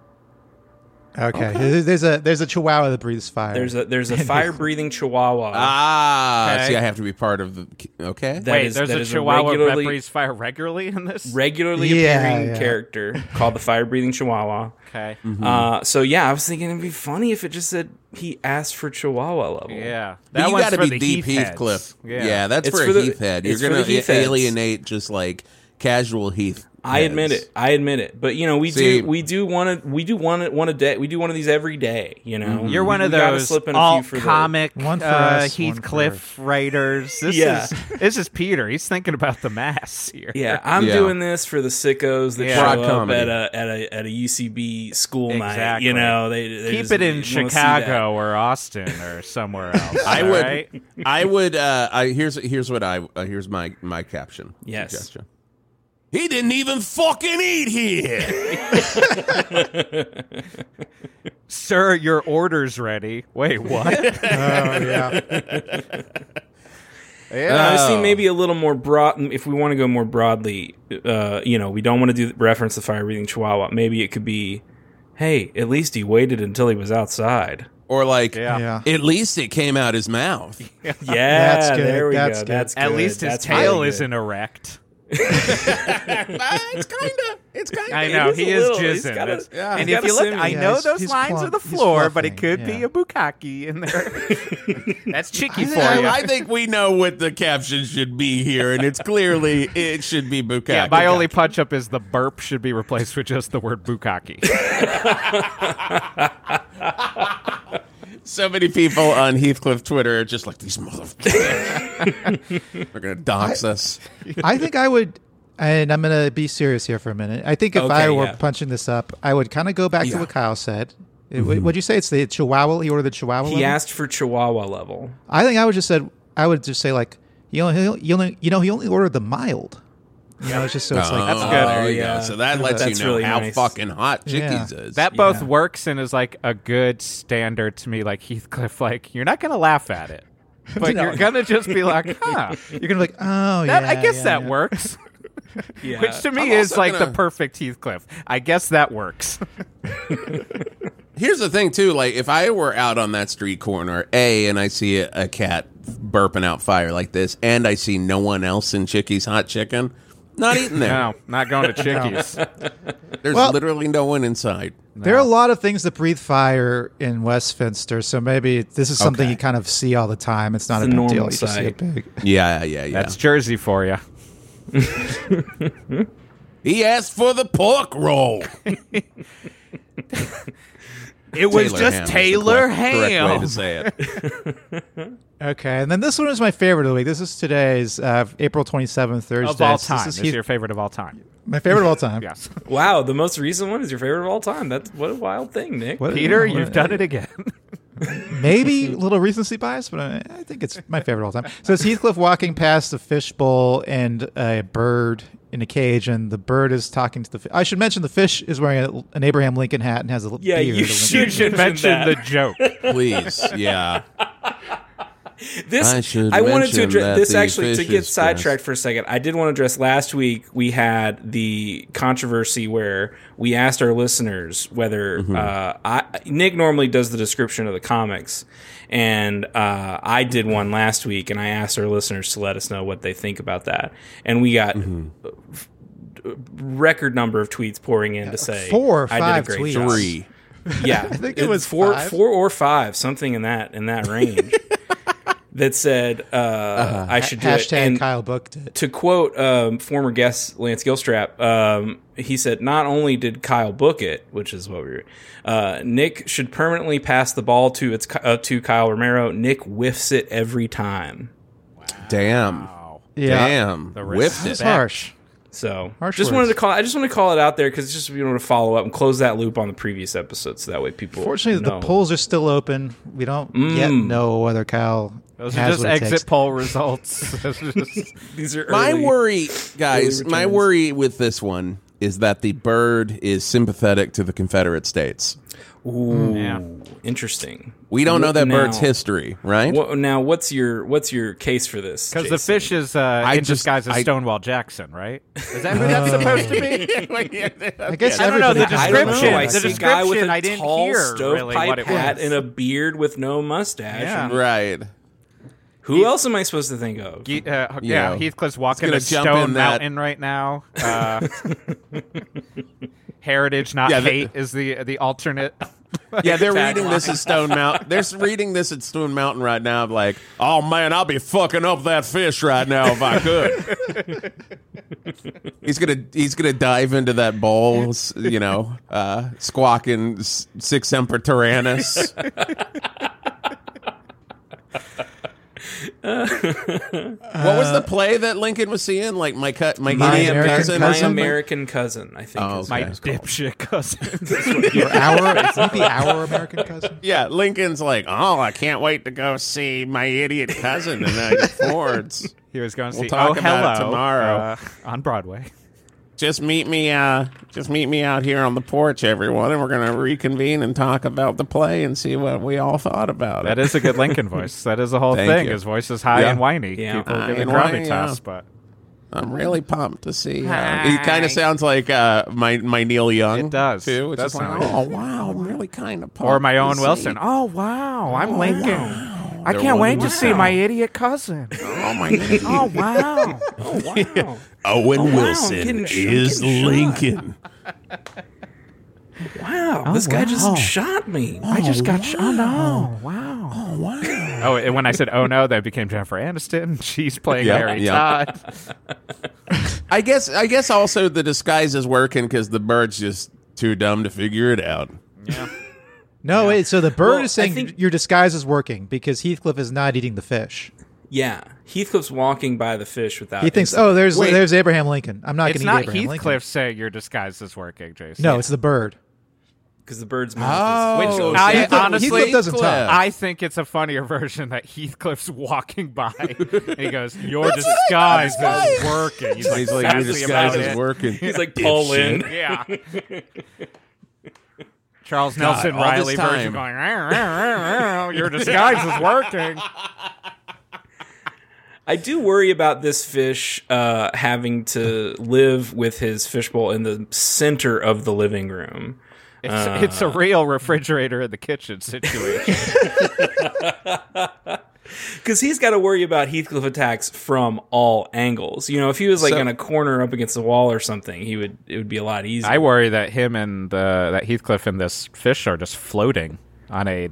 Okay. There's- There's a there's a chihuahua that breathes fire.
There's a there's a fire breathing Chihuahua.
Ah,
Okay.
see, I have to be part of the. Okay.
that
Wait,
is-
there's
that
a
is
Chihuahua that
regularly-
breathes fire regularly in this.
regularly
Yeah,
appearing
yeah.
character called the fire breathing Chihuahua.
okay.
Uh, so yeah, I was thinking it'd be funny if it just said he asked for Chihuahua level.
Yeah,
But you
one's
got to
for
be
the
deep
Heath heads.
Heathcliff.
Yeah.
Yeah, that's
It's
for,
for
a
the-
Heath head. You're
it's for
going
the Heath
to
heads.
alienate just like casual Heath.
I admit
heads.
it. I admit it. But you know, we
See-
do we do want to we do want to one a day. We do one of these every day. You know,
You're one
We
of
gotta
those
slip in a few
all
for the-
comic
One for
uh,
us, one for-
Heathcliff writers. This
Yeah.
is this is Peter. He's thinking about the mass here.
Yeah, I'm
Yeah.
doing this for the sickos that
Yeah.
show
Broad
up
comedy.
at a at a at a UCB school night.
Exactly.
You know, they, they
Keep
just-
it in
they wanna see
Chicago or Austin or somewhere else.
I
all
would.
right?
I would. Uh, I here's here's what I uh, here's my my caption.
Yes.
Suggestion. He didn't even fucking eat here.
Sir, your order's ready. Wait, what?
Oh, yeah.
that.
Oh.
Honestly, maybe a little more broad. If we want to go more broadly, uh, you know, we don't want to do reference the fire breathing Chihuahua. Maybe it could be, hey, at least he waited until he was outside.
or like,
Yeah.
yeah.
at least it came out his mouth.
Yeah,
That's good.
there we
That's
go.
good.
That's
At
good.
least his
That's
tail
really good.
isn't erect.
Uh, it's kind of. It's kind
I know
is a
he is
little- he's
jizzing.
got a-
That's-
yeah.
And
he's
if
got
you
a
look,
simi.
I
Yeah,
know
he's-
those
he's
lines
plump.
are the
He's
floor, but it
fluffing,
could be
yeah.
a bukkake in there. That's cheeky for
I,
you.
I think we know what the caption should be here, and it's clearly it should be Bukaki.
yeah, my only punch up is the burp should be replaced with just the word bukkake.
So many people on Heathcliff Twitter are just like these motherfuckers. They're gonna dox us.
I think I would, and I'm going to be serious here for a minute. I think if I
Okay,
were
yeah.
punching this up, I would kind of go back to
Yeah.
what Kyle said. It- Would you say it's the chihuahua? He ordered the chihuahua.
He
level?
asked for Chihuahua level.
I think I would just said I would just say like you know he- you know you know he only ordered the mild. You know, it's just so it's like
Oh,
good.
There you
Yeah.
go. So that lets
That's
you know
really
how
nice.
fucking hot Chickies
Yeah.
is.
That both works and is like a good standard to me, like Heathcliff. Like you're not gonna laugh at it, but you're gonna just be like, "Huh."
you're gonna be like oh
That,
yeah.
I guess
yeah,
that
yeah.
works,
Yeah.
which to me
I'm
is
also
like the
gonna-
perfect Heathcliff. I guess that works.
Here's the thing too. Like if I were out on that street corner, a and I see a, a cat burping out fire like this, and I see no one else in Chickies Hot Chicken, not eating there.
No, not going to Chickies.
There's
Well-
literally no one inside.
There are a lot of things that breathe fire in Westminster, so maybe this is something
Okay.
you kind of see all the time. It's not
It's
a
the
big deal.
normal
You just see it
sight.
big.
Yeah, yeah, yeah.
That's Jersey for you.
he asked for the pork roll.
It was just
Ham is the
Taylor
correct- correct way
Ham.
to say it.
Okay, and then this one is my favorite of the week. This is today's uh, April twenty seventh, Thursday.
Of all
So
time,
This
is
is Heath-
your favorite of all time?
my favorite of all time.
Yes,
Wow, the most recent one is your favorite of all time. That's what a wild thing, Nick.
What-
Peter,
what-
you've done it again.
maybe a little recency bias, but uh, I, I think it's my favorite of all time. So it's Heathcliff walking past a fishbowl and a bird in a cage, and the bird is talking to the. Fi- I should mention the fish is wearing a, an Abraham Lincoln hat and has a l-
Yeah,
beard.
you
a Lincoln-
should
Mention
mention
the
that.
joke.
Please, yeah.
this
I should
I, wanted to
mention that
address this
the
actually to
fish
get
is
sidetracked for a second. I did want to address last week we had the controversy where we asked our listeners whether
Mm-hmm.
uh, I, Nick normally does the description of the comics, and uh, I did one last week, and I asked our listeners to let us know what they think about that, and we got.
Mm-hmm.
a Record number of tweets pouring in to say
Uh, Four or
I did a
five
great
tweets.
job."
Three.
Yeah, I
think it was
four,
five.
four or five, something in that in that range. that said, uh,
Uh-huh.
I should do it.
Hashtag
And
Kyle booked it.
to quote um, former guest Lance Gilstrap, um, he said, "Not only did Kyle book it, which is what we were, uh, Nick should permanently pass the ball to its uh, to Kyle Romero. Nick whiffs it every time.
Damn. Damn.
The
Whipped
respect.
it.
It's harsh.
So
Harsh
just wanted
words.
to call. I just want to call it out there because just you know to follow up and close that loop on the previous episode, so that way people.
Fortunately,
know.
the polls are still open. We don't
Mm.
yet know whether Kyle
Those are
has
just
what it
exit
takes.
poll results. Those are just-
These are
My
early-
worry, guys,
early
my
returns.
worry with this one is that the bird is sympathetic to the Confederate States.
Ooh,
Mm. Yeah.
interesting.
We don't know
What
that
now?
bird's history, right?
Wha- now, what's your what's your case for this?
Because the
Jason?
fish is uh,
I
in
just-
disguise as
I-
Stonewall Jackson, right? Is that who that's supposed to be?
I guess
I don't know, the
everybody-
I don't know.
description-
I
the
see a
description,
guy with a
I didn't
tall
hear
stovepipe
really what it
hat
was.
and a beard with no mustache.
Yeah.
Right.
Who else am I supposed to think of?
Ye- uh, yeah,
know,
Heathcliff's walking
gonna
a
jump in
stone
that-
mountain right now. Uh, heritage, not
Yeah, the-
hate, is the the alternate.
Yeah, they're
Tagline.
reading this at Stone Mountain. They're reading this at Stone Mountain right now. Of like, oh man, I'll be fucking up that fish right now if I could. he's gonna he's gonna dive into that bowl, s- you know, uh, squawking s- six emperor tyrannus. what was the play that Lincoln was seeing? Like my cut, my,
My
idiot
American
cousin,
My
or
Cousin?
something?
American cousin, I think.
Oh,
is
My
okay.
dipshit cousin.
Or our, is it the our American cousin?
Yeah, Lincoln's like, oh, I can't wait to go see my idiot cousin tonight Ford's.
he was going to
We'll
see
talk about
Oh
it
Hello
tomorrow.
uh, on Broadway.
Just meet me, uh, just meet me out here on the porch, everyone, and we're gonna reconvene and talk about the play and see what we all thought about
That
it.
is a good Lincoln voice. That is the whole
Thank
thing.
you.
His voice is high
Yeah.
and whiny.
Yeah.
People
High
give it
and whiny,
gravitas,
yeah.
but
I'm really pumped to see. Uh, he kind of sounds like uh, my my Neil Young.
It does.
too. It's
Does
just like,
sound
oh wow, I'm really kind of pumped.
or my
to
own
see.
Wilson. Oh wow, I'm Lincoln. I
They're
can't wait
wonderful.
to see my idiot cousin.
Oh my God.
Oh wow.
Oh, wow.
Owen
wow, I'm getting sh- I'm getting shot. wow.
Oh,
this guy just shot me.
I just got sh- oh no. Wow.
Oh wow.
Oh, and when I said "oh no," that became Jennifer Aniston. She's playing
Yeah,
Mary
yeah.
Todd.
I guess I guess also the disguise is working because the bird's just too dumb to figure it out.
No, wait. So the bird
Well,
is
I
saying
think-
your disguise is working because Heathcliff is not eating the fish.
Yeah. Heathcliff's walking by the fish without.
He thinks,
incident.
"Oh, there's
Wait.
there's Abraham Lincoln. I'm not going to
It's
eat
not
Abraham
Heathcliff
Lincoln."
saying your disguise is working, Jason.
No, it's the bird.
because the bird's mouth is.
Oh.
Which I
Oh, Heathcliff-
honestly-
Heathcliff doesn't
Heathcliff.
talk.
I think it's a funnier version that Heathcliff's walking by and he goes, "Your disguise is working." He's like,
He's like, your
sassy
disguise
about
is
it.
working.
He's like Paul Lynn.
Yeah. Charles Nelson
all this
Riley
time.
version going, "Rah, rah, rah, rah, "Your disguise is working."
I do worry about this fish uh, having to live with his fishbowl in the center of the living room.
It's, it's a real refrigerator in the kitchen situation.
Because he's got to worry about Heathcliff attacks from all angles. You know, if he was like
So-
in a corner up against the wall or something, he would it would be a lot easier.
I worry that him and the that Heathcliff and this fish are just floating on a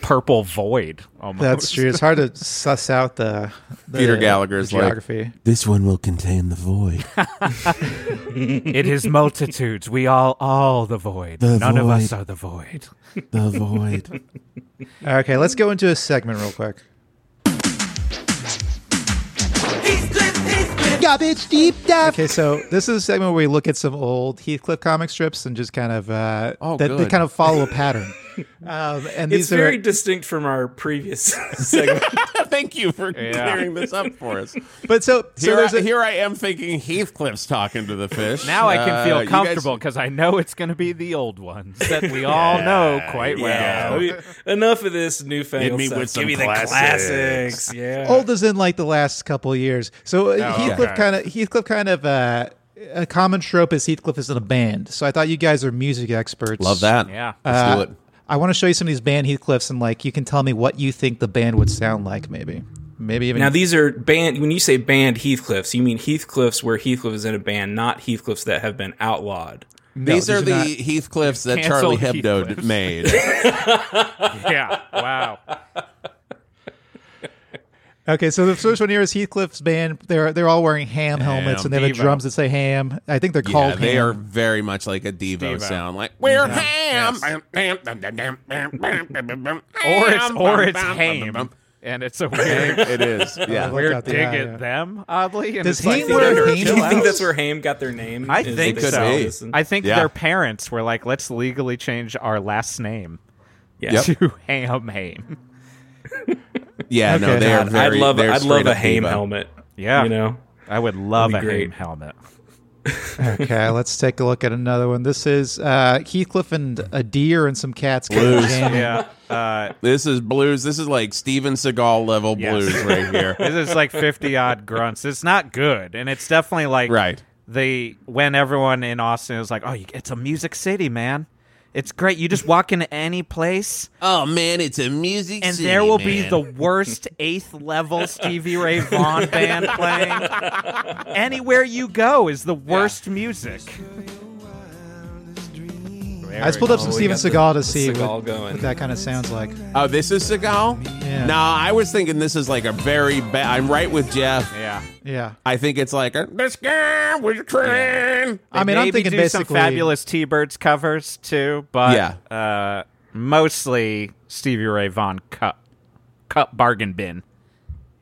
purple void. Almost.
That's true. It's hard to suss out the, the
Peter Gallagher's
the
like-
geography.
This one will contain the void.
It is multitudes. We all all the void.
The
None of us
void.
are the void.
The void.
okay, let's go into a segment real quick.
Garbage deep dive.
Okay, so this is a segment where we look at some old Heathcliff comic strips and just kind of uh,
Oh,
that they
good.
kind of follow a pattern. Um, and
It's
these are
very distinct from our previous segment.
Thank you for clearing this up for us.
but so so
Here,
there's
I,
a,
here I am thinking Heathcliff's talking to the fish.
Now I can
Uh,
feel
you guys-
comfortable because I know it's going to be the old ones that we all know quite well.
Yeah, we- enough of this newfangled
Hit me
stuff.
with
Give
some Oh.
me the
classics.
classics. Yeah.
old as in like the last couple of years. So uh, Heathcliff
Oh, okay.
kind of Heathcliff kind of uh, a common trope is Heathcliff is in a band. So I thought you guys are music experts.
Love that.
Yeah.
Let's do it.
I want to show you some of these band Heathcliffs and like you can tell me what you think the band would sound like maybe. Maybe even
Now these are band. When you say band Heathcliffs, you mean Heathcliffs where Heathcliff is in a band, not Heathcliffs that have been outlawed.
No,
these, are, the
not-
Heathcliffs that Charlie
Cancel
Hebdo
Heathcliffs.
made.
yeah. Wow.
Okay, so the first one here is Heathcliff's band. They're they're all wearing ham helmets and they have
Devo.
the drums that say ham. I think they're
yeah,
called
they
ham.
are very much like a Devo,
Devo.
sound. Like we're
Yes.
ham,
Or it's or it's ham, and it's a weird
It is. Yeah.
weird
out the
dig
eye,
at
yeah.
them oddly. And
Does
it's like,
Haim wear
they're-
a
Do you
ham?
think that's where Ham got their name?
I
Is
think
they
so.
saw this and-
I think
Yeah.
their parents were like, "Let's legally change our last name
yeah.
Yep.
to Ham Ham."
Yeah. No,
Okay.
they are
God,
very.
I'd love.
they're
I'd love
straight
a
up
Ham
Devo.
helmet.
Yeah.
You know.
I would love a
That'd be
Ham
great.
helmet.
Okay, let's take a look at another one. This is uh, Heathcliff and a deer and some cats. kind of
Blues.
jamming.
Yeah. Uh,
This is blues. This is like Steven Seagal level
Yes.
blues right here.
this is like fifty odd grunts. It's not good, and it's definitely like
right.
they when everyone in Austin is like, "Oh, you- it's a music city, man. It's great. You just walk into any place,
Oh man, it's a music.
and
city,
there will be
man.
the worst eighth level Stevie Ray Vaughan band playing. Anywhere you go is the worst music.
I just pulled up some
we
Steven
Oh, got the-
Seagal
the
to see
Seagal
what,
going.
what that kind of sounds like.
Oh, this is Seagal.
Yeah.
No, I was thinking this is like a very bad. I'm right with Jeff.
Yeah.
Yeah.
I think it's like a, this guy was a train.
I mean, I'm
Maybe
thinking
do some
basically.
fabulous T-Birds covers too, but uh, mostly Stevie Ray Vaughan cup cup bargain bin.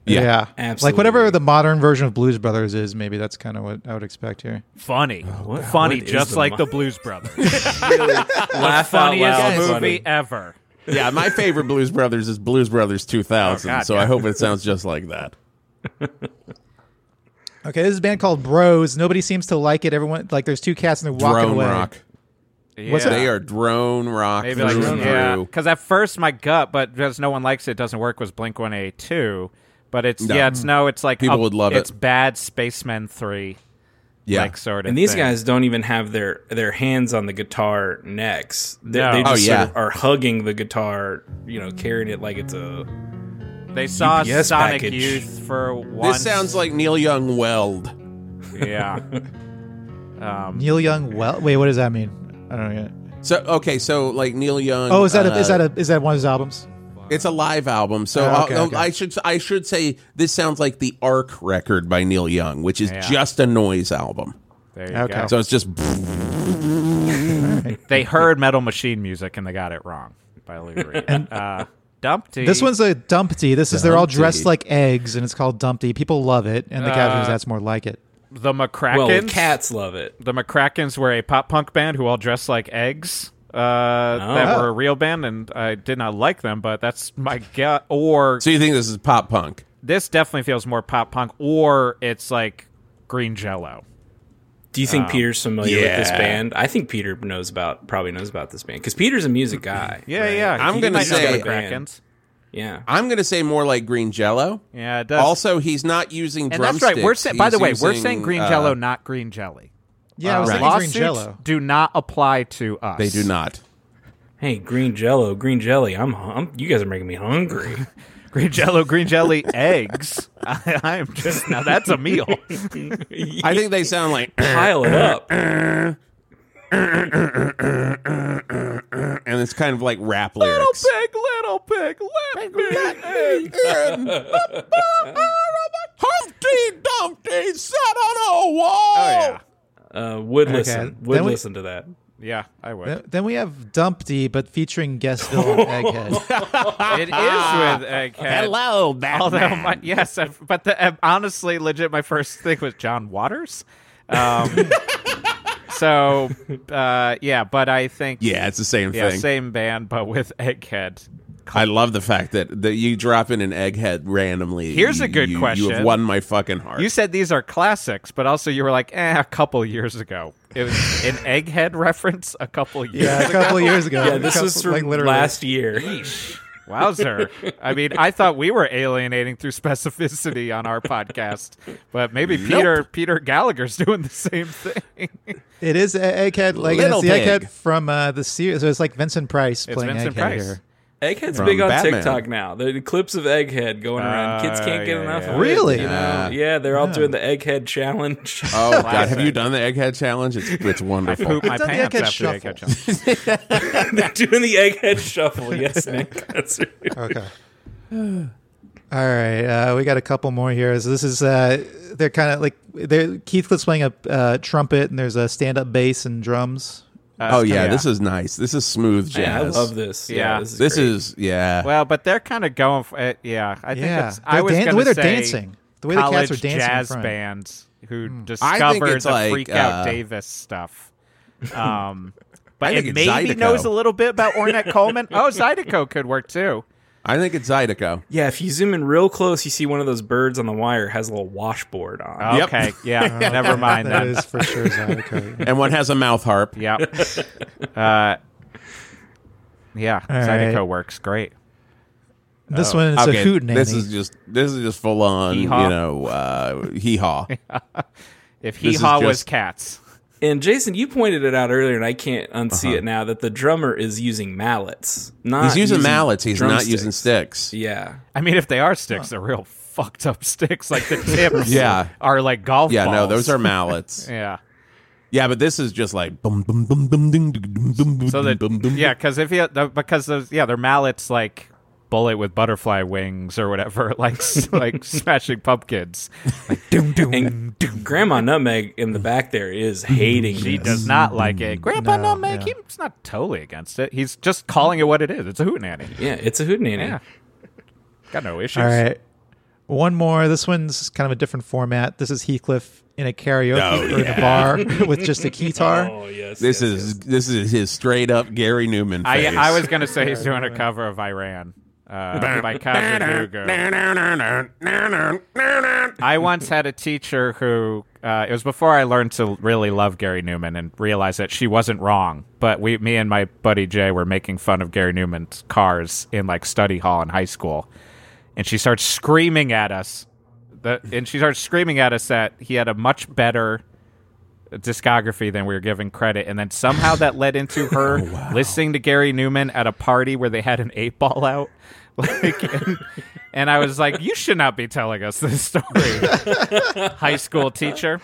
Yeah.
Yeah.
Absolutely.
Like whatever the modern version of Blues Brothers is, maybe that's kind of what I would expect here.
Funny,
what-
funny,
Oh, what is
just
the
like
mo-
the Blues Brothers.
Laugh out
funniest
loud
movie
funny.
ever.
yeah, my favorite Blues Brothers is Blues Brothers 2000.
Oh, God,
so
yeah.
I hope it sounds just like that.
Okay, this is a band called Bros. Nobody seems to like it. Everyone like there's two cats and they're walking
Drone
away.
rock.
What's
Yeah.
They are drone rock
Maybe
through
like
and
yeah,
through.
because at first my gut, but because no one likes it, it doesn't work. Was Blink One Eight Two, but it's
No.
yeah, it's no, it's like
People would love it.
It's bad Spaceman Three,
Yeah.
like sort of.
And these
thing.
guys don't even have their their hands on the guitar necks. They,
No.
they
Oh,
just
yeah.
sort of are hugging the guitar, you know, carrying it like it's a
they saw
UPS
Sonic
package.
Youth for once.
This sounds like Neil Young Weld.
yeah. um,
Neil Young well wait, what does that mean? I don't know. yet.
So okay, so like Neil Young.
Oh, is that a,
uh,
is that a is that one of his albums?
It's a live album, so
Oh, okay,
I'll-
okay.
I should I should say this sounds like the Arc record by Neil Young, which is
Yeah.
just a noise album.
there you
Okay.
go.
So it's just
they heard Metal Machine music and they got it wrong by Lou Reed. uh, Dumpty.
This one's a Dumpty. This is they're all dressed
Dumpty.
like eggs and it's called Dumpty. People love it and the caption is
Uh,
that's more like it.
the McCrackens.
well, cats love it.
the McCrackens were a pop punk band who all dressed like eggs. Uh, That were a real band, and I did not like them, but that's my gut. Or
so you think this is pop punk?
this definitely feels more pop punk, or it's like green jello.
Do you think Peter's familiar with this
yeah.
band? I think Peter knows about probably knows about this band because Peter's a music guy.
Yeah,
right?
yeah.
I'm
you
gonna
might know
say-
the McCrackens.
yeah.
I'm going to say more like Green Jello.
Yeah, it does.
Also, he's not using
and that's
drumsticks.
right. We're saying, by
He's
the way, we're
using,
saying green
uh,
jello, not green jelly.
Yeah, I was
Uh,
thinking green
lawsuits
jello.
do not apply to us.
They do not.
Hey, green jello, green jelly. I'm, hum you guys are making me hungry.
Green jello, green jelly, eggs. I, I am just now. That's a meal.
I think they sound like, and
Pile it up.
it's kind of like rap lyrics.
pig, little pig, let me
Humpty Dumpty sat on a wall.
Oh yeah,
Uh, would listen. Would
Then we-
listen to that.
yeah. I would.
Th- Then we have Dumpty, but featuring guest villain Egghead.
It is with Egghead.
Hello, Batman.
Although, my, yes, I, but the, uh, honestly, legit, my first thing was John Waters. Um, So, uh, yeah, but I think
Yeah, it's the same
yeah,
thing.
same band but with Egghead.
I love the fact that, that you drop in an egghead randomly.
Here's a
You-
good
you- You have
question.
won my fucking heart.
You said these are classics, but also you were like, eh, a couple years ago. It was an Egghead reference a couple years.
Yeah, a couple of years ago.
Yeah,
A
this
couple-
was from
like literally.
last year.
Wowzer. I mean, I thought we were alienating through specificity on our podcast, but maybe Peter Peter Gallagher's doing the same thing.
It is a- Egghead. Like and
Little
it's the
Pig.
Egghead from uh, the series. So it's like Vincent Price
It's
playing
Vincent
Egghead
Price.
here.
Egghead's
From
big on
Batman.
TikTok now. The clips of Egghead going around. Kids can't get
yeah,
enough
yeah.
of it.
Really?
you know?
Yeah.
Yeah, they're all doing the Egghead challenge.
oh God, have you done the egghead challenge? It's it's wonderful.
Poop my
done the
pants
Egghead
after the
shuffle.
Egghead shuffle.
they're doing the Egghead shuffle. Yes, Nick. That's right.
Okay. All right, uh, we got a couple more here. So this is uh, they're kind of like they're Keith's playing a uh, trumpet, and there's a stand-up bass and drums.
oh yeah,
Uh, yeah.
this is nice. This is smooth jazz.
Yeah, I love this. Yeah,
Yeah.
this is
This
great.
is yeah.
Well, but they're kind of going for it. Yeah, I think
Yeah,
it's. I
They're
was
dan-
gonna
the way they're
say
dancing, the way the
college
cats are dancing in
jazz
front. Hmm.
bands who
I think
discovered
it's
the
like,
freak out
uh,
Davis stuff. Um, but
I think
it
it's
maybe
Zydeco.
knows a little bit about Ornette Coleman. Oh, Zydeco could work too.
I think it's Zydeco.
Yeah, if you zoom in real close, you see one of those birds on the wire has a little washboard on.
Yep.
Okay, yeah, never mind
That
then.
is for sure Zydeco.
And one has a mouth harp.
Yep. uh, yeah, Zydeco
right.
works great. Oh.
This one is a hoot
this is just this is just full on, you
Hee-haw.
know, uh, hee haw.
If
This
Hee
is
Haw was
just-
cats,
And Jason, you pointed it out earlier, and I can't unsee it now that the drummer is using mallets. Not
He's using mallets. He's not using
drumsticks.
sticks.
Yeah,
I mean, if they are sticks, they're real fucked up sticks. Like the tips,
Yeah.
are like golf.
Yeah, no,
balls.
those are mallets.
Yeah.
Yeah, but this is just like boom, boom, boom, boom, ding, ding, ding, boom, boom,
So
boom,
that
boom, boom.
yeah, because if you the, because those yeah, they're mallets like bullet with butterfly wings or whatever, like s- like smashing pumpkins. Like doom doom.
and Grandma Nutmeg in the back there is hating.
He
this.
does not like
Mm.
it. Grandpa
No,
no, make
yeah.
he's not totally against it. He's just calling it what it is. It's a hootenanny.
Yeah, it's a hootenanny.
Yeah. Got no issues.
All right, one more. This one's kind of a different format. This is Heathcliff in a karaoke
Oh,
or in a bar with just a guitar.
Oh yes,
This
yes,
is this is his straight up Gary Newman
I,
face.
I was gonna say he's doing a cover of Iran uh, by Kazuhugo. I once had a teacher who uh, it was before I learned to really love Gary Newman and realized that she wasn't wrong. But we, me and my buddy Jay, were making fun of Gary Newman's cars in like study hall in high school, and she starts screaming at us. That and she starts screaming at us that he had a much better discography than we were giving credit, and then somehow that led into
Oh,
her listening to Gary Newman at a party where they had an eight ball out. Like, and, and I was like, "You should not be telling us this story, high school teacher."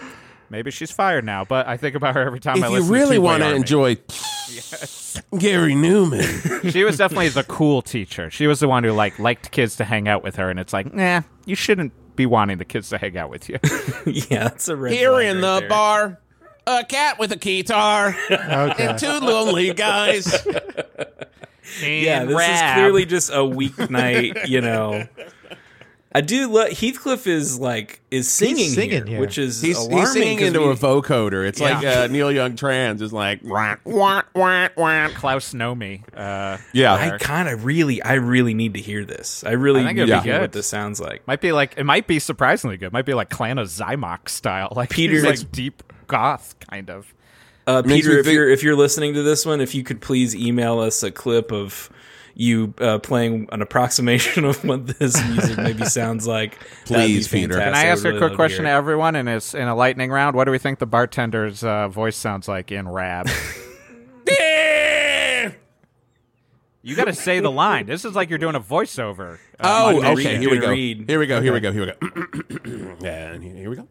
Maybe she's fired now, but I think about her every time I
If you
listen.
really
want to
enjoy Gary Newman,
she was definitely the cool teacher. She was the one who like liked kids to hang out with her, and it's like, nah, you shouldn't be wanting the kids to hang out with you.
yes. yeah, that's a red
here
flag
in
right
the
there.
bar, a cat with a guitar,
Okay.
and two lonely guys.
Yeah, this is clearly just a weeknight, you know. I do love Heathcliff is like is singing,
singing
here,
here.
which is
He's,
alarming.
he's singing
'cause
into
we-
a vocoder. It's like uh, Neil Young Trans is like, wah, wah, wah, wah.
Klaus Nomi. Uh,
yeah,
I kind of really, I really need to hear this. I really
I think
need
it'd
to
be
hear
good.
what this sounds like.
Might be like it might be surprisingly good. Might be like Clana Zymock style, like
Peter-
he's,
Makes-
like deep goth kind of.
Uh,
makes
Peter,
me
if
think-
you're if you're listening to this one, if you could please email us a clip of you uh, playing an approximation of what this music maybe sounds like. that'd be
Please, Peter.
fantastic.
Can I
would
ask
really love
a quick
to
question to
hear it.
everyone? And it's in a lightning round. What do we think the bartender's uh, voice sounds like in Rab? you got to say the line. This is like you're doing a voiceover. Uh,
Oh,
Monday
okay.
read.
Here we go.
Read.
Here we go. Here we go. Here we go. and here here we go.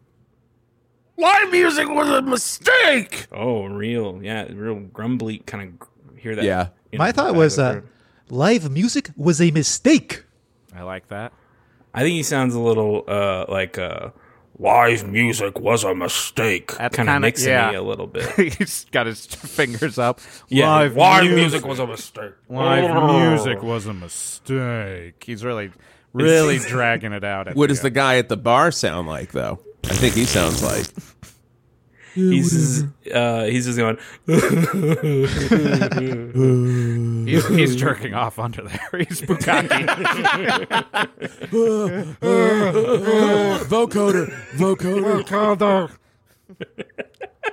Live music was a mistake.
Oh, real, yeah, real grumbly kind of hear that.
Yeah.
you
My
know,
thought
back
was
over.
uh, live music was a mistake.
I like that.
I think he sounds a little uh, like uh, live music was a mistake.
That's
Kind of
kinda-
mixing
yeah.
me a little bit.
He's got his fingers up.
Yeah,
Live
live
music.
music was a mistake. Oh.
Live music was a mistake. He's really, really dragging it out. At
What does
the
the guy at the bar sound like, though? I think he sounds like
he's just, uh, he's just going.
He's, he's jerking off under there. He's bukkake.
vocoder, vocoder,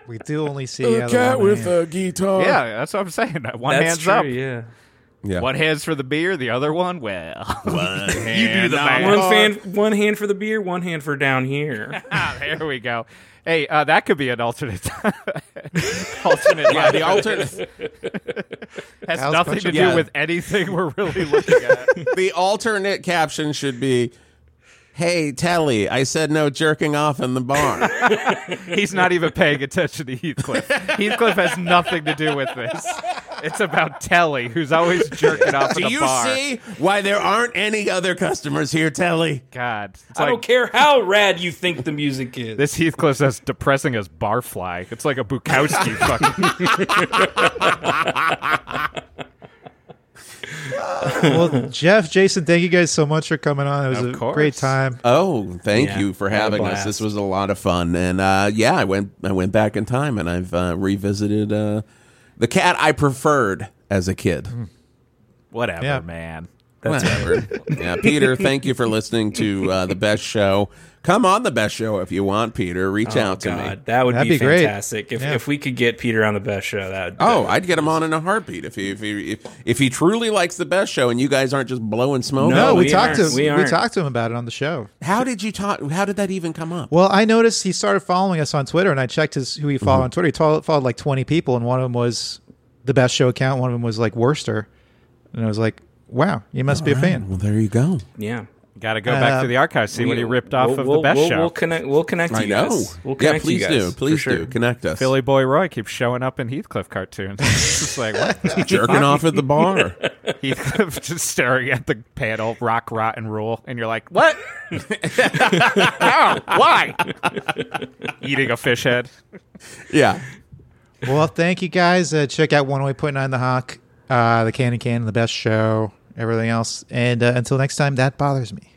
We do only see uh,
a guitar.
yeah, that's what I'm saying. One
That's
hand's
true.
up.
Yeah.
yeah.
One hand's for the beer, the other one, well, you do the
Nah,
math.
one fan, one hand for the beer, one hand for down here.
Ah, there we go. Hey, uh, that could be an alternate. alternate.
Yeah, the
line.
alternate,
has
Al's
nothing
question-
to do
Yeah.
with anything we're really looking at.
the alternate caption should be, "Hey Telly, I said no jerking off in the barn."
He's not even paying attention to Heathcliff. Heathcliff has nothing to do with this. It's about Telly, who's always jerking off
do
at the
you
bar.
see why there aren't any other customers here, Telly?
God, it's
I
like
don't care how rad you think the music is.
this Heathcliff's as depressing as Barfly. It's like a Bukowski fucking.
well, Jeff, Jason, thank you guys so much for coming on. It was
Of
a
course.
great time.
Oh, thank
Yeah,
you for
had a
having us.
blast.
This was a lot of fun, and uh, yeah, I went I went back in time, and I've uh, revisited uh, the cat I preferred as a kid.
Hmm,
Whatever,
Yeah.
man.
Whatever. yeah, Peter, thank you for listening to uh, the best show. Come on the best show if you want, Peter. Reach
Oh,
out to
God,
me.
that would
That'd
be,
be great.
fantastic. If,
Yeah.
if we could get Peter on the best show, that would,
Oh, I'd get him on in a heartbeat if he if he if, if he truly likes the best show and you guys aren't just blowing smoke.
No,
No, we,
we
talked
aren't.
to
We
we,
aren't.
talked to him about it on the show.
How did you talk? How did that even come up?
Well, I noticed he started following us on Twitter, and I checked his who he followed on Twitter. He to- followed like twenty people, and one of them was the best show account. One of them was like Worcester, and I was like, "Wow, you must be a fan."
Well, there you go.
yeah.
Got to go back
Uh,
to the archives see what he ripped off
We'll-
of
we'll-
the best
we'll,
show.
We'll connect. We'll connect.
I
you
know.
Guys. We'll
yeah,
connect
please
you guys,
do. Please
for sure.
do. Connect us.
Billy Boy Roy keeps showing up in Heathcliff cartoons. It's just like what?
jerking off at the bar.
Heathcliff just staring at the panel, rock, rot, and rule, and you're like, what? How? Why? Eating a fish head.
yeah.
well, thank you guys. Uh, check out One Way Point Nine, The Hawk, uh, The Candy Can, The Best Show, everything else. And uh, until next time, that bothers me.